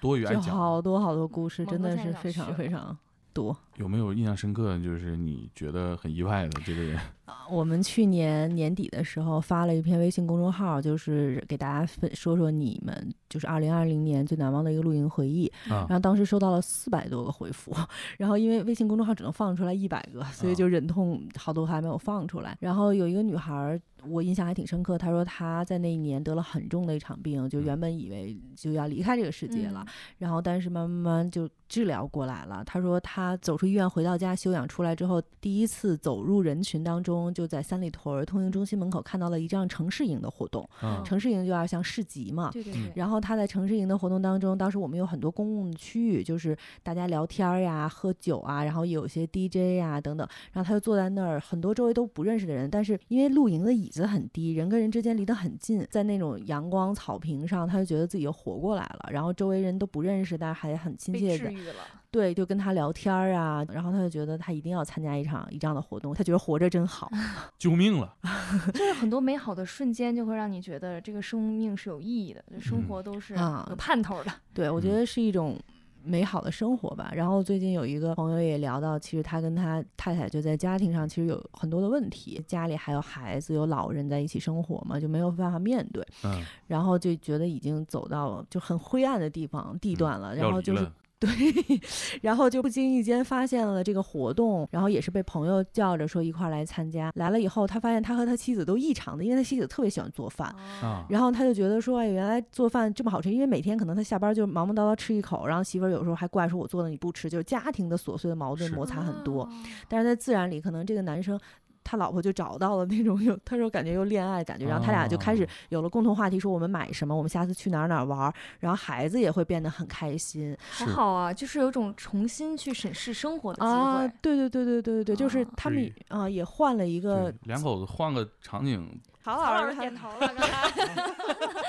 E: 多于爱
F: 就
E: 讲的，
F: 好多好多故事，
G: 蒙
F: 真
G: 哥
F: 的
G: 现在
F: 是非
G: 想
F: 常
G: 学
F: 非
G: 了
F: 常多。
E: 有没有印象深刻？就是你觉得很意外的这个人，
F: 啊我们去年年底的时候发了一篇微信公众号，就是给大家分说说你们就是二零二零年最难忘的一个露营回忆。
E: 啊
F: 然后当时收到了四百多个回复，然后因为微信公众号只能放出来一百个，所以
E: 啊
F: 就忍痛好多还没有放出来。然后有一个女孩儿，我印象还挺深刻，她说她在那一年得了很重的一场病，就
E: 嗯
F: 原本以为就要离开这个世
G: 嗯
F: 界了，然后但是慢慢慢就治疗过来了。她说她走出医院回到家休养出来之后，第一次走入人群当中，就在三里屯儿通讯中心门口看到了一项城市营的活动，
E: 啊
F: 城市营就要像市集嘛，
G: 对对
E: 嗯
G: 对，
F: 然后他在城市营的活动当中，当时我们有很多公共的区域，就是大家聊天儿呀、喝酒啊，然后也有一些 DJ 呀、等等。然后他就坐在那儿，很多周围都不认识的人，但是因为露营的椅子很低，人跟人之间离得很近，在那种阳光草坪上，他就觉得自己又活过来了。然后周围人都不认识，但是还很亲
G: 被
F: 切
G: 治
F: 的，
G: 愈了。
F: 对，就跟他聊天儿啊。然后他就觉得他一定要参加一场一这样的活动，他觉得活着真好。
E: 救命了！
G: 就是很多美好的瞬间，就会让你觉得这个生命是有意义的，就生
E: 嗯
G: 活都是
F: 啊
G: 有盼头的。
F: 对，我觉
E: 嗯
F: 得是一种美好的生活吧。然后最近有一个朋友也聊到，其实他跟他太太就在家庭上其实有很多的问题，家里还有孩子有老人在一起生活嘛，就没有办法面对，
E: 嗯，
F: 然后就觉得已经走到就很灰暗的地方地段了，然
E: 嗯要
F: 后
E: 离
F: 就是
E: 了
F: 对，然后就不经意间发现了这个活动，然后也是被朋友叫着说一块儿来参加。来了以后，他发现他和他妻子都异常的，因为他妻子特别喜欢做饭，
E: 啊，
F: 然后他就觉得说，哎，原来做饭这么好吃，因为每天可能他下班就忙忙叨叨吃一口，然后媳妇儿有时候还怪说我做的你不吃，就是家庭的琐碎的矛盾
E: 是
F: 摩擦很多。
G: 啊
F: 但是在自然里，可能这个男生。他老婆就找到了那种有，他说感觉有恋爱的感觉，然后他俩就开始
E: 哦
F: 有了共同话题，说我们买什么，我们下次去哪儿哪儿玩儿，然后孩子也会变得很开心
G: 好
E: 是
G: 好啊，就是有种重新去审视生活的机
F: 啊
G: 会。！
F: 对对对对对对对，就是
G: 啊
F: 他们
E: 是
F: 啊、也换了一个
E: 对，两口子换个场景，
F: 好
G: 曹老
F: 好
G: 师点头了，刚
E: 哦
G: 才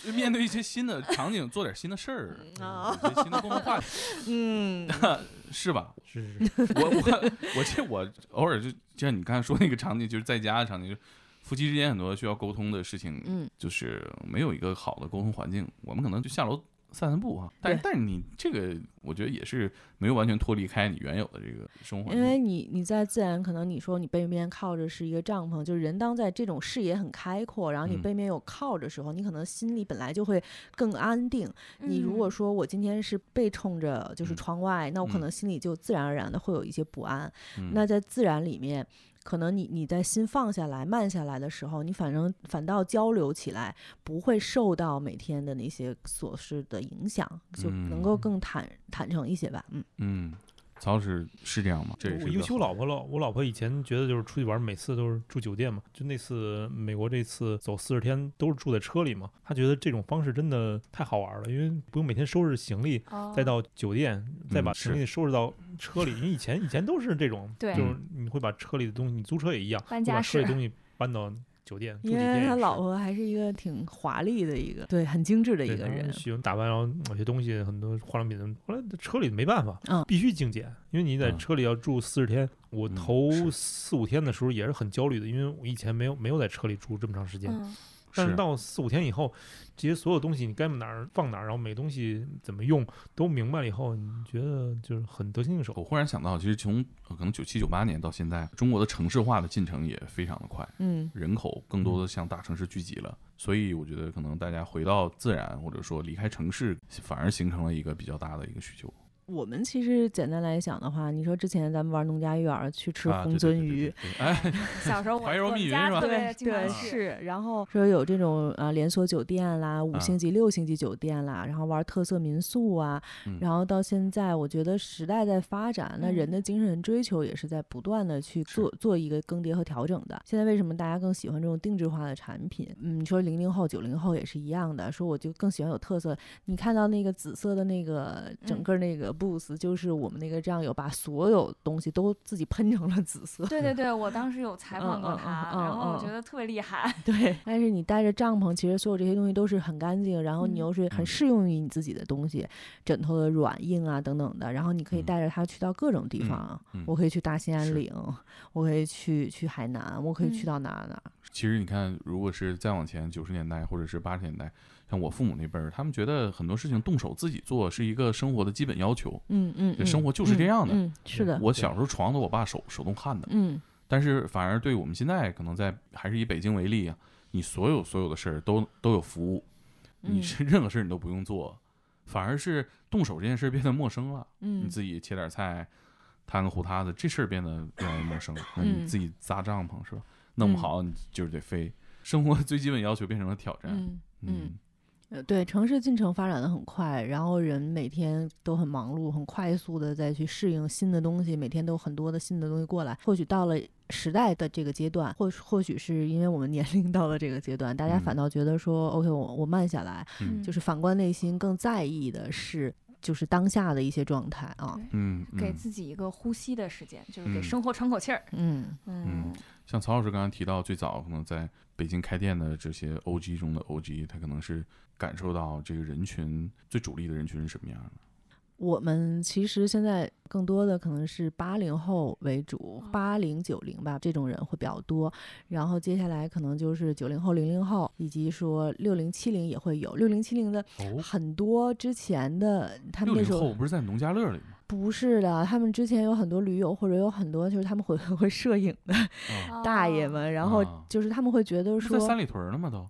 E: 就面对一些新的场景，做点新的 事儿，
F: 嗯啊
E: 有一些新的共同话题，
F: 嗯，
E: 是吧？
D: 是是 是，
E: 我我 我这我偶尔就就像你刚才说那个场景，就是在家的场景，就是夫妻之间很多需要沟通的事情，
F: 嗯，
E: 就是没有一个好的沟通环境，我们可能就下楼散散步啊。但是但是你这个，我觉得也是没有完全脱离开你原有的这个生活环
F: 因
E: 境，
F: 为你你在自然，可能你说你背面靠着是一个帐篷，就是人当在这种视野很开阔，然后你
E: 嗯
F: 背面有靠着时候，你可能心里本来就会更安定。你如果
G: 嗯
F: 说我今天是背冲着就是
E: 嗯
F: 窗外，那我可
E: 嗯
F: 能心里就自然而然的会有一些不安。
E: 嗯
F: 那在自然里面。可能你你在心放下来、慢下来的时候，你反正反倒交流起来不会受到每天的那些琐事的影响，就能够
E: 嗯
F: 更坦坦诚一些吧。嗯，
E: 嗯，曹老师是这样吗？这也
D: 我
E: 是
D: 尤其我老
E: 婆
D: 婆了，我老婆以前觉得就是出去玩，每次都是住酒店嘛，就那次美国这次走四十天都是住在车里嘛，她觉得这种方式真的太好玩了，因为不用每天收拾行李，
G: 哦
D: 再到酒店，再把
E: 嗯是
D: 行李收拾到车里，因为以前以前都是这种，
G: 对
D: 就是你会把车里的东西，你租车也一样，
G: 搬
D: 会
G: 家
D: 把车里
G: 式
D: 东西搬到酒店住几
F: 因
D: 天也
F: 为
D: 是。
F: 他老婆还是一个挺华丽的一个，对，很精致的
D: 对
F: 一个
D: 他们
F: 人。
D: 喜欢打扮，然后有些东西很多化妆品，后来车里没办法，
F: 嗯
D: 必须精简，因为你在
E: 嗯
D: 车里要住四十天。我
E: 嗯
D: 头
E: 是
D: 四五天的时候也是很焦虑的，因为我以前没有没有在车里住这么长时间，
G: 嗯，
D: 但
E: 是
D: 是到四五天以后，这些所有东西你该哪儿放哪儿，然后每东西怎么用都明白了以后，你觉得就是很得心应手。
E: 我忽然想到，其实从呃可能九七九八年到现在，中国的城市化的进程也非常的快，
F: 嗯，
E: 人口更多的向大城市聚集了，所以我觉得可能大家回到自然，或者说离开城市，反而形成了一个比较大的一个需求。
F: 我们其实简单来讲的话，你说之前咱们玩农家院儿去吃
E: 啊
F: 红鳟鱼，，
E: 对对对对对哎，
G: 小时候我
E: 怀柔
G: 我
E: 密
G: 们
E: 云
G: 家
E: 是吧
G: 特
F: 对
G: 别经常去，
F: 是，然后说有这种呃连锁酒店啦，五
E: 啊
F: 星级、六星级酒店啦，然后玩特色民宿啊，
E: 嗯
F: 然后到现在，我觉得时代在发展，那
G: 嗯
F: 人的精神追求也是在不断的去
E: 是
F: 做做一个更迭和调整的。现在为什么大家更喜欢这种定制化的产品？嗯，你说零零后、九零后也是一样的，说我就更喜欢有特色。你看到那个紫色的那个整
G: 嗯
F: 个那个 booth，就是我们那个酱油把所有东西都自己喷成了紫色。
G: 对对对，我当时有采访过
F: 嗯嗯嗯
G: 他，
F: 嗯
G: 然后我
F: 嗯
G: 觉得特别厉害。
F: 对，但是你带着帐篷，其实所有这些东西都是很干净，然后
G: 嗯
F: 你又是很
E: 嗯
F: 适用于你自己的东西，枕头的软硬啊等等的，然后你可以
E: 嗯
F: 带着它去到各种地
E: 嗯
F: 方。
E: 嗯
F: 我可以去大兴
E: 是
F: 安岭，我可以去去海南，我可以去
G: 嗯
F: 到哪儿哪儿。
E: 其实你看，如果是再往前九十年代或者是八十年代，像我父母那辈儿，他们觉得很多事情动手自己做是一个生活的基本要求。
F: 嗯嗯，
E: 对生
F: 嗯
E: 活就是这
F: 嗯
E: 样的
F: 嗯，是的，
E: 我小时候床都我爸手手动焊的，
F: 嗯
E: 但是反而对我们现在可能在还是以北京为例啊，你所有所有的事儿都都有服务，你
F: 嗯
E: 是 任何事儿你都不用做，反而是动手这件事儿变得陌生了。你
F: 嗯
E: 自己切点菜，摊个糊塌子，这事儿变得越来越陌生了。那你
F: 嗯
E: 自己扎帐篷是吧？弄
F: 嗯
E: 不好你就是得飞。生活 最基本要求变成了挑战。
F: 嗯嗯，呃对，城市进程发展的很快，然后人每天都很忙碌，很快速的再去适应新的东西，每天都有很多的新的东西过来。或许到了时代的这个阶段，或或许是因为我们年龄到了这个阶段，大家
E: 嗯
F: 反倒觉得说、o k 我我慢下来，
E: 嗯
F: 就是反观内心更在意的是就是当下的一些状态啊，
E: 嗯，
G: 给
E: 嗯
G: 自己一个呼吸的时间，就是
E: 嗯
G: 给生活喘口气儿。
F: 嗯。
E: 嗯，像曹老师刚才提到，最早可能在北京开店的这些 OG 中的 OG，他可能是感受到这个人群最主力的人群是什么样的。
F: 我们其实现在更多的可能是八零后为主，八零九零吧，这种人会比较多。然后接下来可能就是九零后、零零后，以及说六零七零也会有。六零七零的
E: 哦
F: 很多之前的他们那
E: 六零
F: 时
E: 后
F: 候
E: 不是在农家乐里吗？
F: 不是的，他们之前有很多驴友或者有很多就是他们会 会摄影的
E: 啊，
F: 大爷
G: 们
F: 们，然后
E: 啊
F: 就是他们会觉得
E: 不是在
F: 说
E: 三里屯儿了吗？都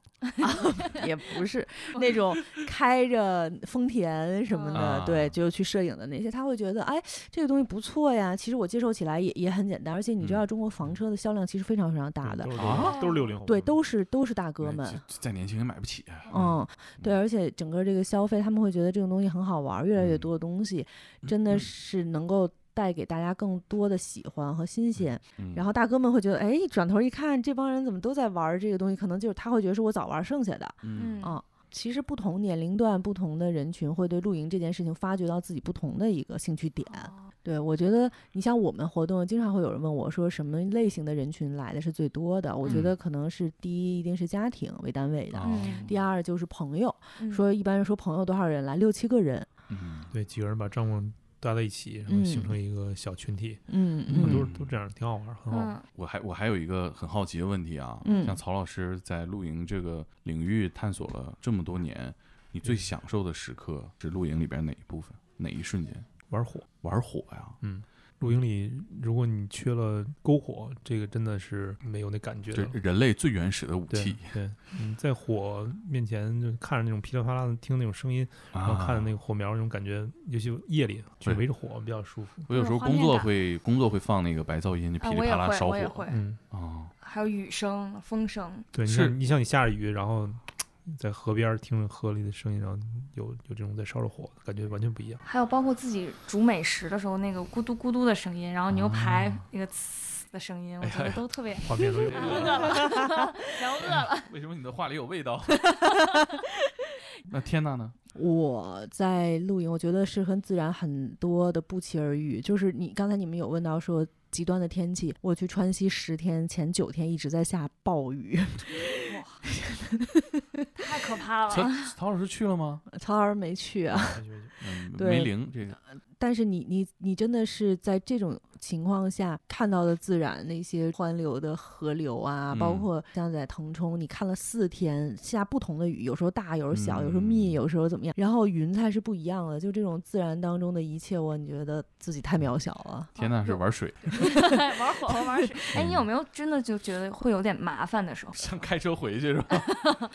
F: 也不是那种开着丰田什么的，
E: 啊
F: 对，就去摄影的那些，他会觉得，哎，这个东西不错呀。其实我接受起来也也很简单，而且你知
E: 嗯
F: 道，中国房车的销量其实非常非常大的
D: 对，
E: 啊
D: 都是六零后，嗯
F: 对，都是都是大哥
E: 哎
F: 们
E: 这。这再年轻人买不起。啊
F: 嗯，对，而且整个这个消费，他们会觉得这种东西很好玩儿，越来越
E: 嗯
F: 多的东西，真的是能够带给大家更多的喜欢和新鲜。
E: 嗯，
F: 然后大哥们会觉得，哎，转头一看，这帮人怎么都在玩儿这个东西？可能就是他会觉得是我早玩儿剩下的，
E: 嗯
G: 嗯
F: 啊其实不同年龄段、不同的人群会对露营这件事情发掘到自己不同的一个兴趣点。
G: 哦
F: 对我觉得，你像我们活动，经常会有人问我说，什么类型的人群来的是最多的？我觉得可能是第一，一定是家庭为单位的；
E: 哦
G: 嗯
F: 第二就是朋友，
G: 嗯
F: 说一般人说朋友多少人来，六七个人。
E: 嗯
D: 对几个人把帐篷搭在一起，然后形成一个小群体，
F: 嗯
D: 很
F: 嗯
D: 多都这样，挺好玩，
E: 哦
D: 很好玩。
G: 嗯
E: 我还我还有一个很好奇的问题啊，
F: 嗯
E: 像曹老师在露营这个领域探索了这么多年，你最享受的时刻是露营里边哪一部分，哪一瞬间？
D: 玩火，嗯
E: 玩火呀，
D: 露营里如果你缺了篝火，这个真的是没有那感觉
E: 这
D: 了。
E: 人类最原始的武
D: 对
E: 器
D: 对，你在火面前就看着那种噼里啪啦的，听那种声音，然后
E: 啊！
D: 看着那个火苗，那种感觉，尤其夜里去
E: 对
D: 围着火比较舒服。
E: 我有时候
G: 有画面
E: 工作
G: 感
E: 会工作会放那个白噪音，就噼
G: 啊，
E: 里
G: 我也
E: 啪啦
G: 会，
E: 烧
G: 我也
E: 火
G: 会，
D: 嗯，
E: 啊。
G: 还有雨声、风声，
D: 对，你
E: 是
D: 像你像你下着雨，然后在河边儿听着河里的声音，然后有有这种在烧着火，感觉完全不一样。
G: 还有包括自己煮美食的时候那个咕嘟咕嘟的声音，然后
E: 啊
G: 牛排那个呲的声音，
E: 哎
G: 我觉得都特 别。
D: 画面都 有
G: 然后饿 了，
E: 为什么你的话里有 味道？ 那天呐呢？
F: 我在露营，我觉得是跟自然很多的不期而遇。就是你刚才你们有问到说，极端的天气，我去川西十天，前九天一直在下暴雨。
G: 太可
F: 啊
G: 怕
E: 曹
G: 了。
E: 曹老师去了吗？
F: 曹老师没去啊，
E: 嗯，
F: 对啊
E: 没灵这个，
F: 但是你你你真的是在这种情况下看到的自然那些湍流的河流啊，包
E: 嗯
F: 括像在腾冲，你看了四天下不同的雨，有时候大，有时候小，有时候
E: 嗯
F: 密，有时候怎么样，然后云彩是不一样的，就这种自然当中的一切，我你觉得自己太渺小了。
E: 天呐，是嗯
G: 有
E: 玩水，
G: 玩火和玩水。哎，你有没有真的就觉得会有点麻烦的时候？
E: 像开车回去是 吧？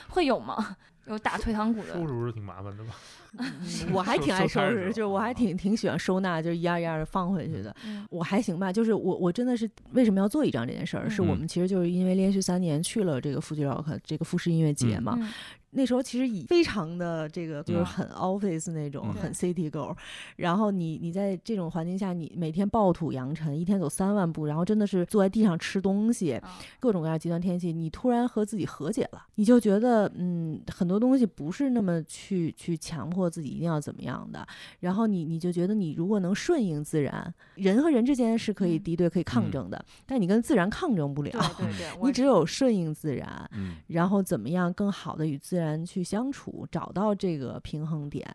G: 会有吗？有打退堂鼓的
D: 收，拾是挺麻烦 的吧？
F: 我还
D: 收
F: 挺爱
D: 收
F: 收
D: 摊儿是
F: 拾，
D: 吧啊
F: 就是我还挺挺喜欢收纳，就是一样一样的放回去的。
G: 嗯
F: 我还行吧，就是我我真的是为什么要做一张这件事儿，是我
E: 嗯
F: 们其实就是因为连续三年去了这个富居 rock 这个富士音乐节
E: 嗯
F: 嘛，
G: 嗯
F: 那时候其实以非常的这个就是
E: 嗯
F: 很 office 那种，
E: 嗯
F: 很 city girl，然后你你在这种环境下，你每天暴土扬尘，一天走三万步，然后真的是坐在地上吃东西，
G: 啊
F: 各种各样的极端天气，你突然和自己和解了，你就觉得嗯，很多东西不是那么去去强迫自己一定要怎么样的，然后你你就觉得你如果能顺应自然，人和人之间是可以
G: 嗯
F: 敌对、可以抗
E: 嗯
F: 争的，但你跟自然抗争不了
G: 对，
E: 啊
G: 对 对，我
F: 你只有顺应自然，
E: 嗯
F: 然后怎么样更好的与自然去相处，找到这个平衡点。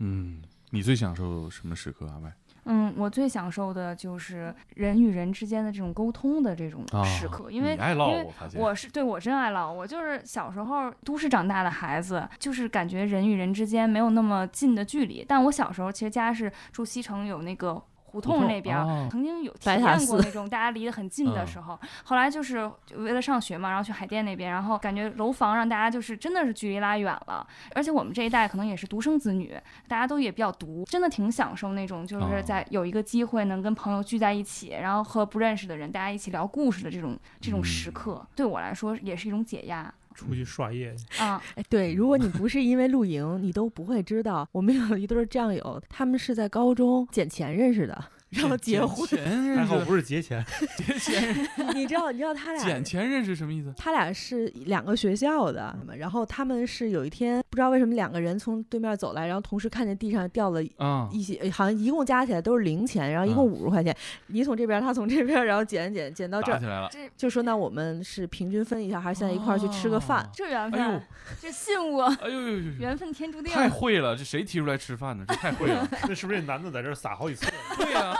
E: 嗯，你最享受什么时刻啊？喂，
G: 嗯，我最享受的就是人与人之间的这种沟通的这种
E: 啊
G: 时刻，因为
E: 你爱唠
G: 因为
E: 我发现
G: 我是对我真爱唠，我就是小时候都市长大的孩子，就是感觉人与人之间没有那么近的距离。但我小时候其实家是住西城，有那个。胡
E: 胡
G: 同
E: 同
G: 那边儿、
E: 哦
G: 曾经有体
F: 白塔
G: 验过
F: 寺
G: 那种大家离得很近的
E: 嗯
G: 时候，后来就是就为了上学嘛，然后去海淀那边，然后感觉楼房让大家就是真的是距离拉远了，而且我们这一代可能也是独生子女，大家都也比较独，真的挺享受那种，就
E: 哦
G: 是在有一个机会能跟朋友聚在一起，然后和不认识的人大家一起聊故事的这种这种时
E: 嗯
G: 刻，对我来说也是一种解压
D: 出去刷夜，
G: 啊。
F: 哎，对，如果你不是因为露营，你都不会知道，我们有一对战友，他们是在高中捡钱认识的，然后结婚。
E: 捡钱
D: 还
E: 认
D: 好
E: 识，
D: 嗯不是节前，
E: 捡钱，
F: 你知道，你知道他俩
E: 捡钱认识什么意思？
F: 他俩是两个学校的，然后他们是有一天不知道为什么两个人从对面走来，然后同时看见地上掉了
E: 啊，
F: 一些，好像一共加起来都是零钱，然后
E: 嗯
F: 一共五十块钱，你从这边，他从这边，然后捡捡捡到这
E: 打
F: 儿
E: 起，来了。
G: 这
F: 就说那我们是平均分一下，还是现在一块儿去吃个饭？
E: 哦
G: 这缘分，
E: 哎呦
G: 这信我，
E: 哎呦呦呦呦！
G: 缘分天注定。
E: 太会了，这谁提出来吃饭呢？这太会 了。
D: 那是不是这男的在这儿撒好几次？
E: 对呀、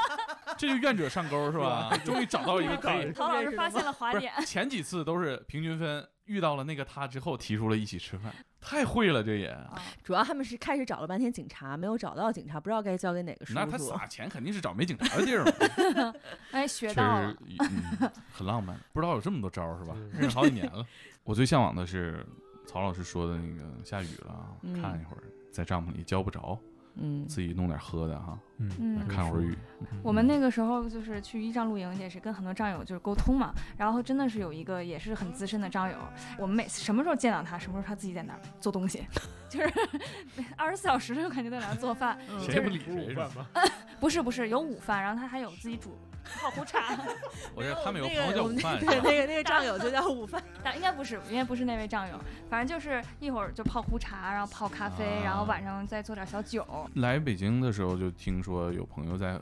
E: 这就愿者上钩是吧？终于找到一个道理。
G: 陶老师发现了滑
E: 不是
G: 点，
E: 前几次都是平均分，遇到了那个他之后提出了一起吃饭，太会了这也。
G: 啊
F: 主要他们是开始找了半天警察，没有找到警察，不知道该交给哪个叔
E: 那他
F: 叔。
E: 撒钱肯定是找没警察的地儿嘛，
G: 哎，学
E: 确
G: 到了
E: 实、嗯、很浪漫。不知道有这么多招儿是吧？认识好几年了。我最向往的是曹老师说的那个下雨了，啊
F: 嗯
E: 看一会儿在帐篷里浇不着，
F: 嗯，
E: 自己弄点喝的哈，
D: 嗯
G: 嗯
E: 看会儿雨。
G: 我们那个时候就是去一仗露营，也是跟很多战友就是沟通嘛，然后真的是有一个也是很资深的战友，我们每次什么时候见到他，什么时候他自己在那儿做东西， 就是二十四小时就感觉在那儿做饭，
E: 嗯谁也不理
D: 不是
E: 谁
D: 午
E: 是吧
D: 饭？吗？
G: 不是不是有午饭，然后他还有自己煮泡壶茶，
E: 我这他们有朋
F: 哦那
E: 友
F: 个
E: 叫
F: 我
E: 午
F: 们
E: 饭
F: 那对
E: 是吧？
F: 那个那个战友就叫午 饭，
G: 但应该不是，应该不是那位战友，反正就是一会儿就泡壶茶，然后泡咖啡，
E: 啊
G: 然后晚上再做点小酒，
E: 来北京的时候就听说有朋友在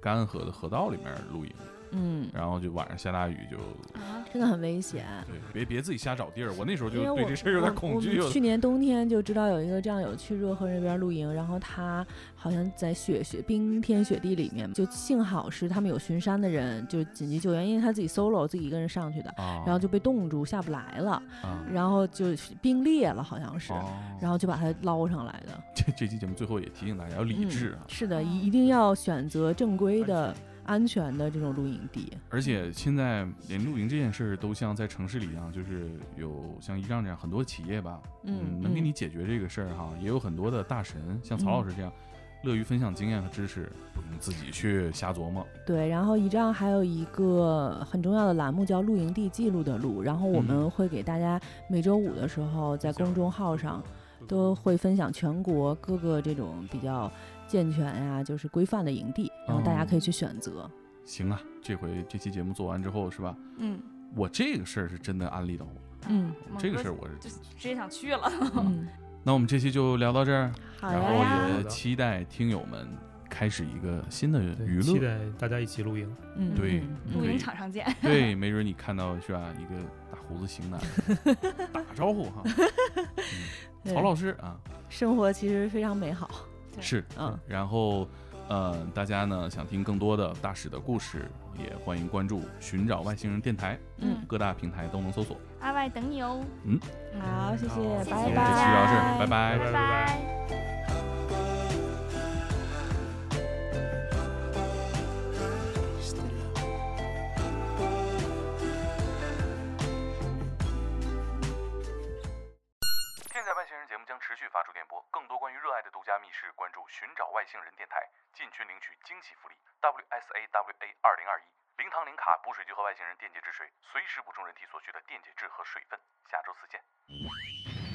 E: 干河的河道里面露营，
F: 嗯，
E: 然后就晚上下大雨就
G: 啊，
F: 真的很危险。
E: 对，别别自己瞎找地儿。我那时候就
F: 因为我
E: 对 这事儿有点恐惧
F: 我。我们去年冬天就知道有一个战友去热河那边露营，然后他好像在雪雪冰天雪地里面，就幸好是他们有巡山的人，就是紧急救援，因为他自己 solo 自己一个人上去的，
E: 啊，
F: 然后就被冻住下不来了，
E: 啊，
F: 然后就冰裂了好像是，
E: 哦
F: 然后就把他捞上来的。
E: 这这期节目最后也提醒大家要理智啊
F: 嗯，，是的，一一定要选择正规的、安全的这种露营地。
E: 而且现在连露营这件事儿都像在城市里一样，就是有像一仗这样很多企业吧，
F: 嗯
E: 能给
F: 嗯
E: 你解决这个事儿哈，也有很多的大神，像曹老师这样，乐于分享经验和知识，不用自己去瞎琢磨。
F: 对，然后一仗还有一个很重要的栏目叫“露营地记录的路”，然后我们会给大家每周五的时候在公众号上都会分享全国各个这种比较健全呀、就是规范的营地，然后大家可以去选择。
E: 行啊，这回这期节目做完之后是吧？
G: 嗯，
E: 我这个事儿是真的安利到我，
F: 嗯
G: 猛
E: 这个
G: 哥
E: 事儿我是
G: 就直接想去了，
E: 嗯，那我们这期就聊到这儿，
F: 好
E: 然
F: 啊呀，
E: 后也期待听友们开始一个新的
D: 对
E: 娱
D: 期
E: 乐。
D: 待大家一起露营。
F: 嗯，
E: 对
F: 嗯
E: 嗯
G: 露
E: 可以
G: 营场上见。
E: 对，没准你看到是吧？一个大胡子型男打招呼哈，
F: 对
E: 曹老师啊，
F: 生活其实非常美好，
G: 对
E: 是，
F: 嗯，
E: 然后，呃，大家呢想听更多的大使的故事，也欢迎关注“寻找外星人”电台，
F: 嗯，
E: 各大平台都能搜索。
G: 阿外等你哦，
F: 好，谢谢，
D: 好
G: 谢谢
E: 今
F: 拜
E: 天
F: 拜。
E: 这期就到这儿，拜拜
D: 拜
G: 拜
D: 拜
G: 拜
B: 天才外星人节目将持续发出电波，更多关于热爱的独家密室，关注“寻找外星人”电台，进群领取惊喜福利 WSAWA 二零二一零糖零卡补水机和外星人电解质水，随时补充人体所需的电解质和水分。下周四见。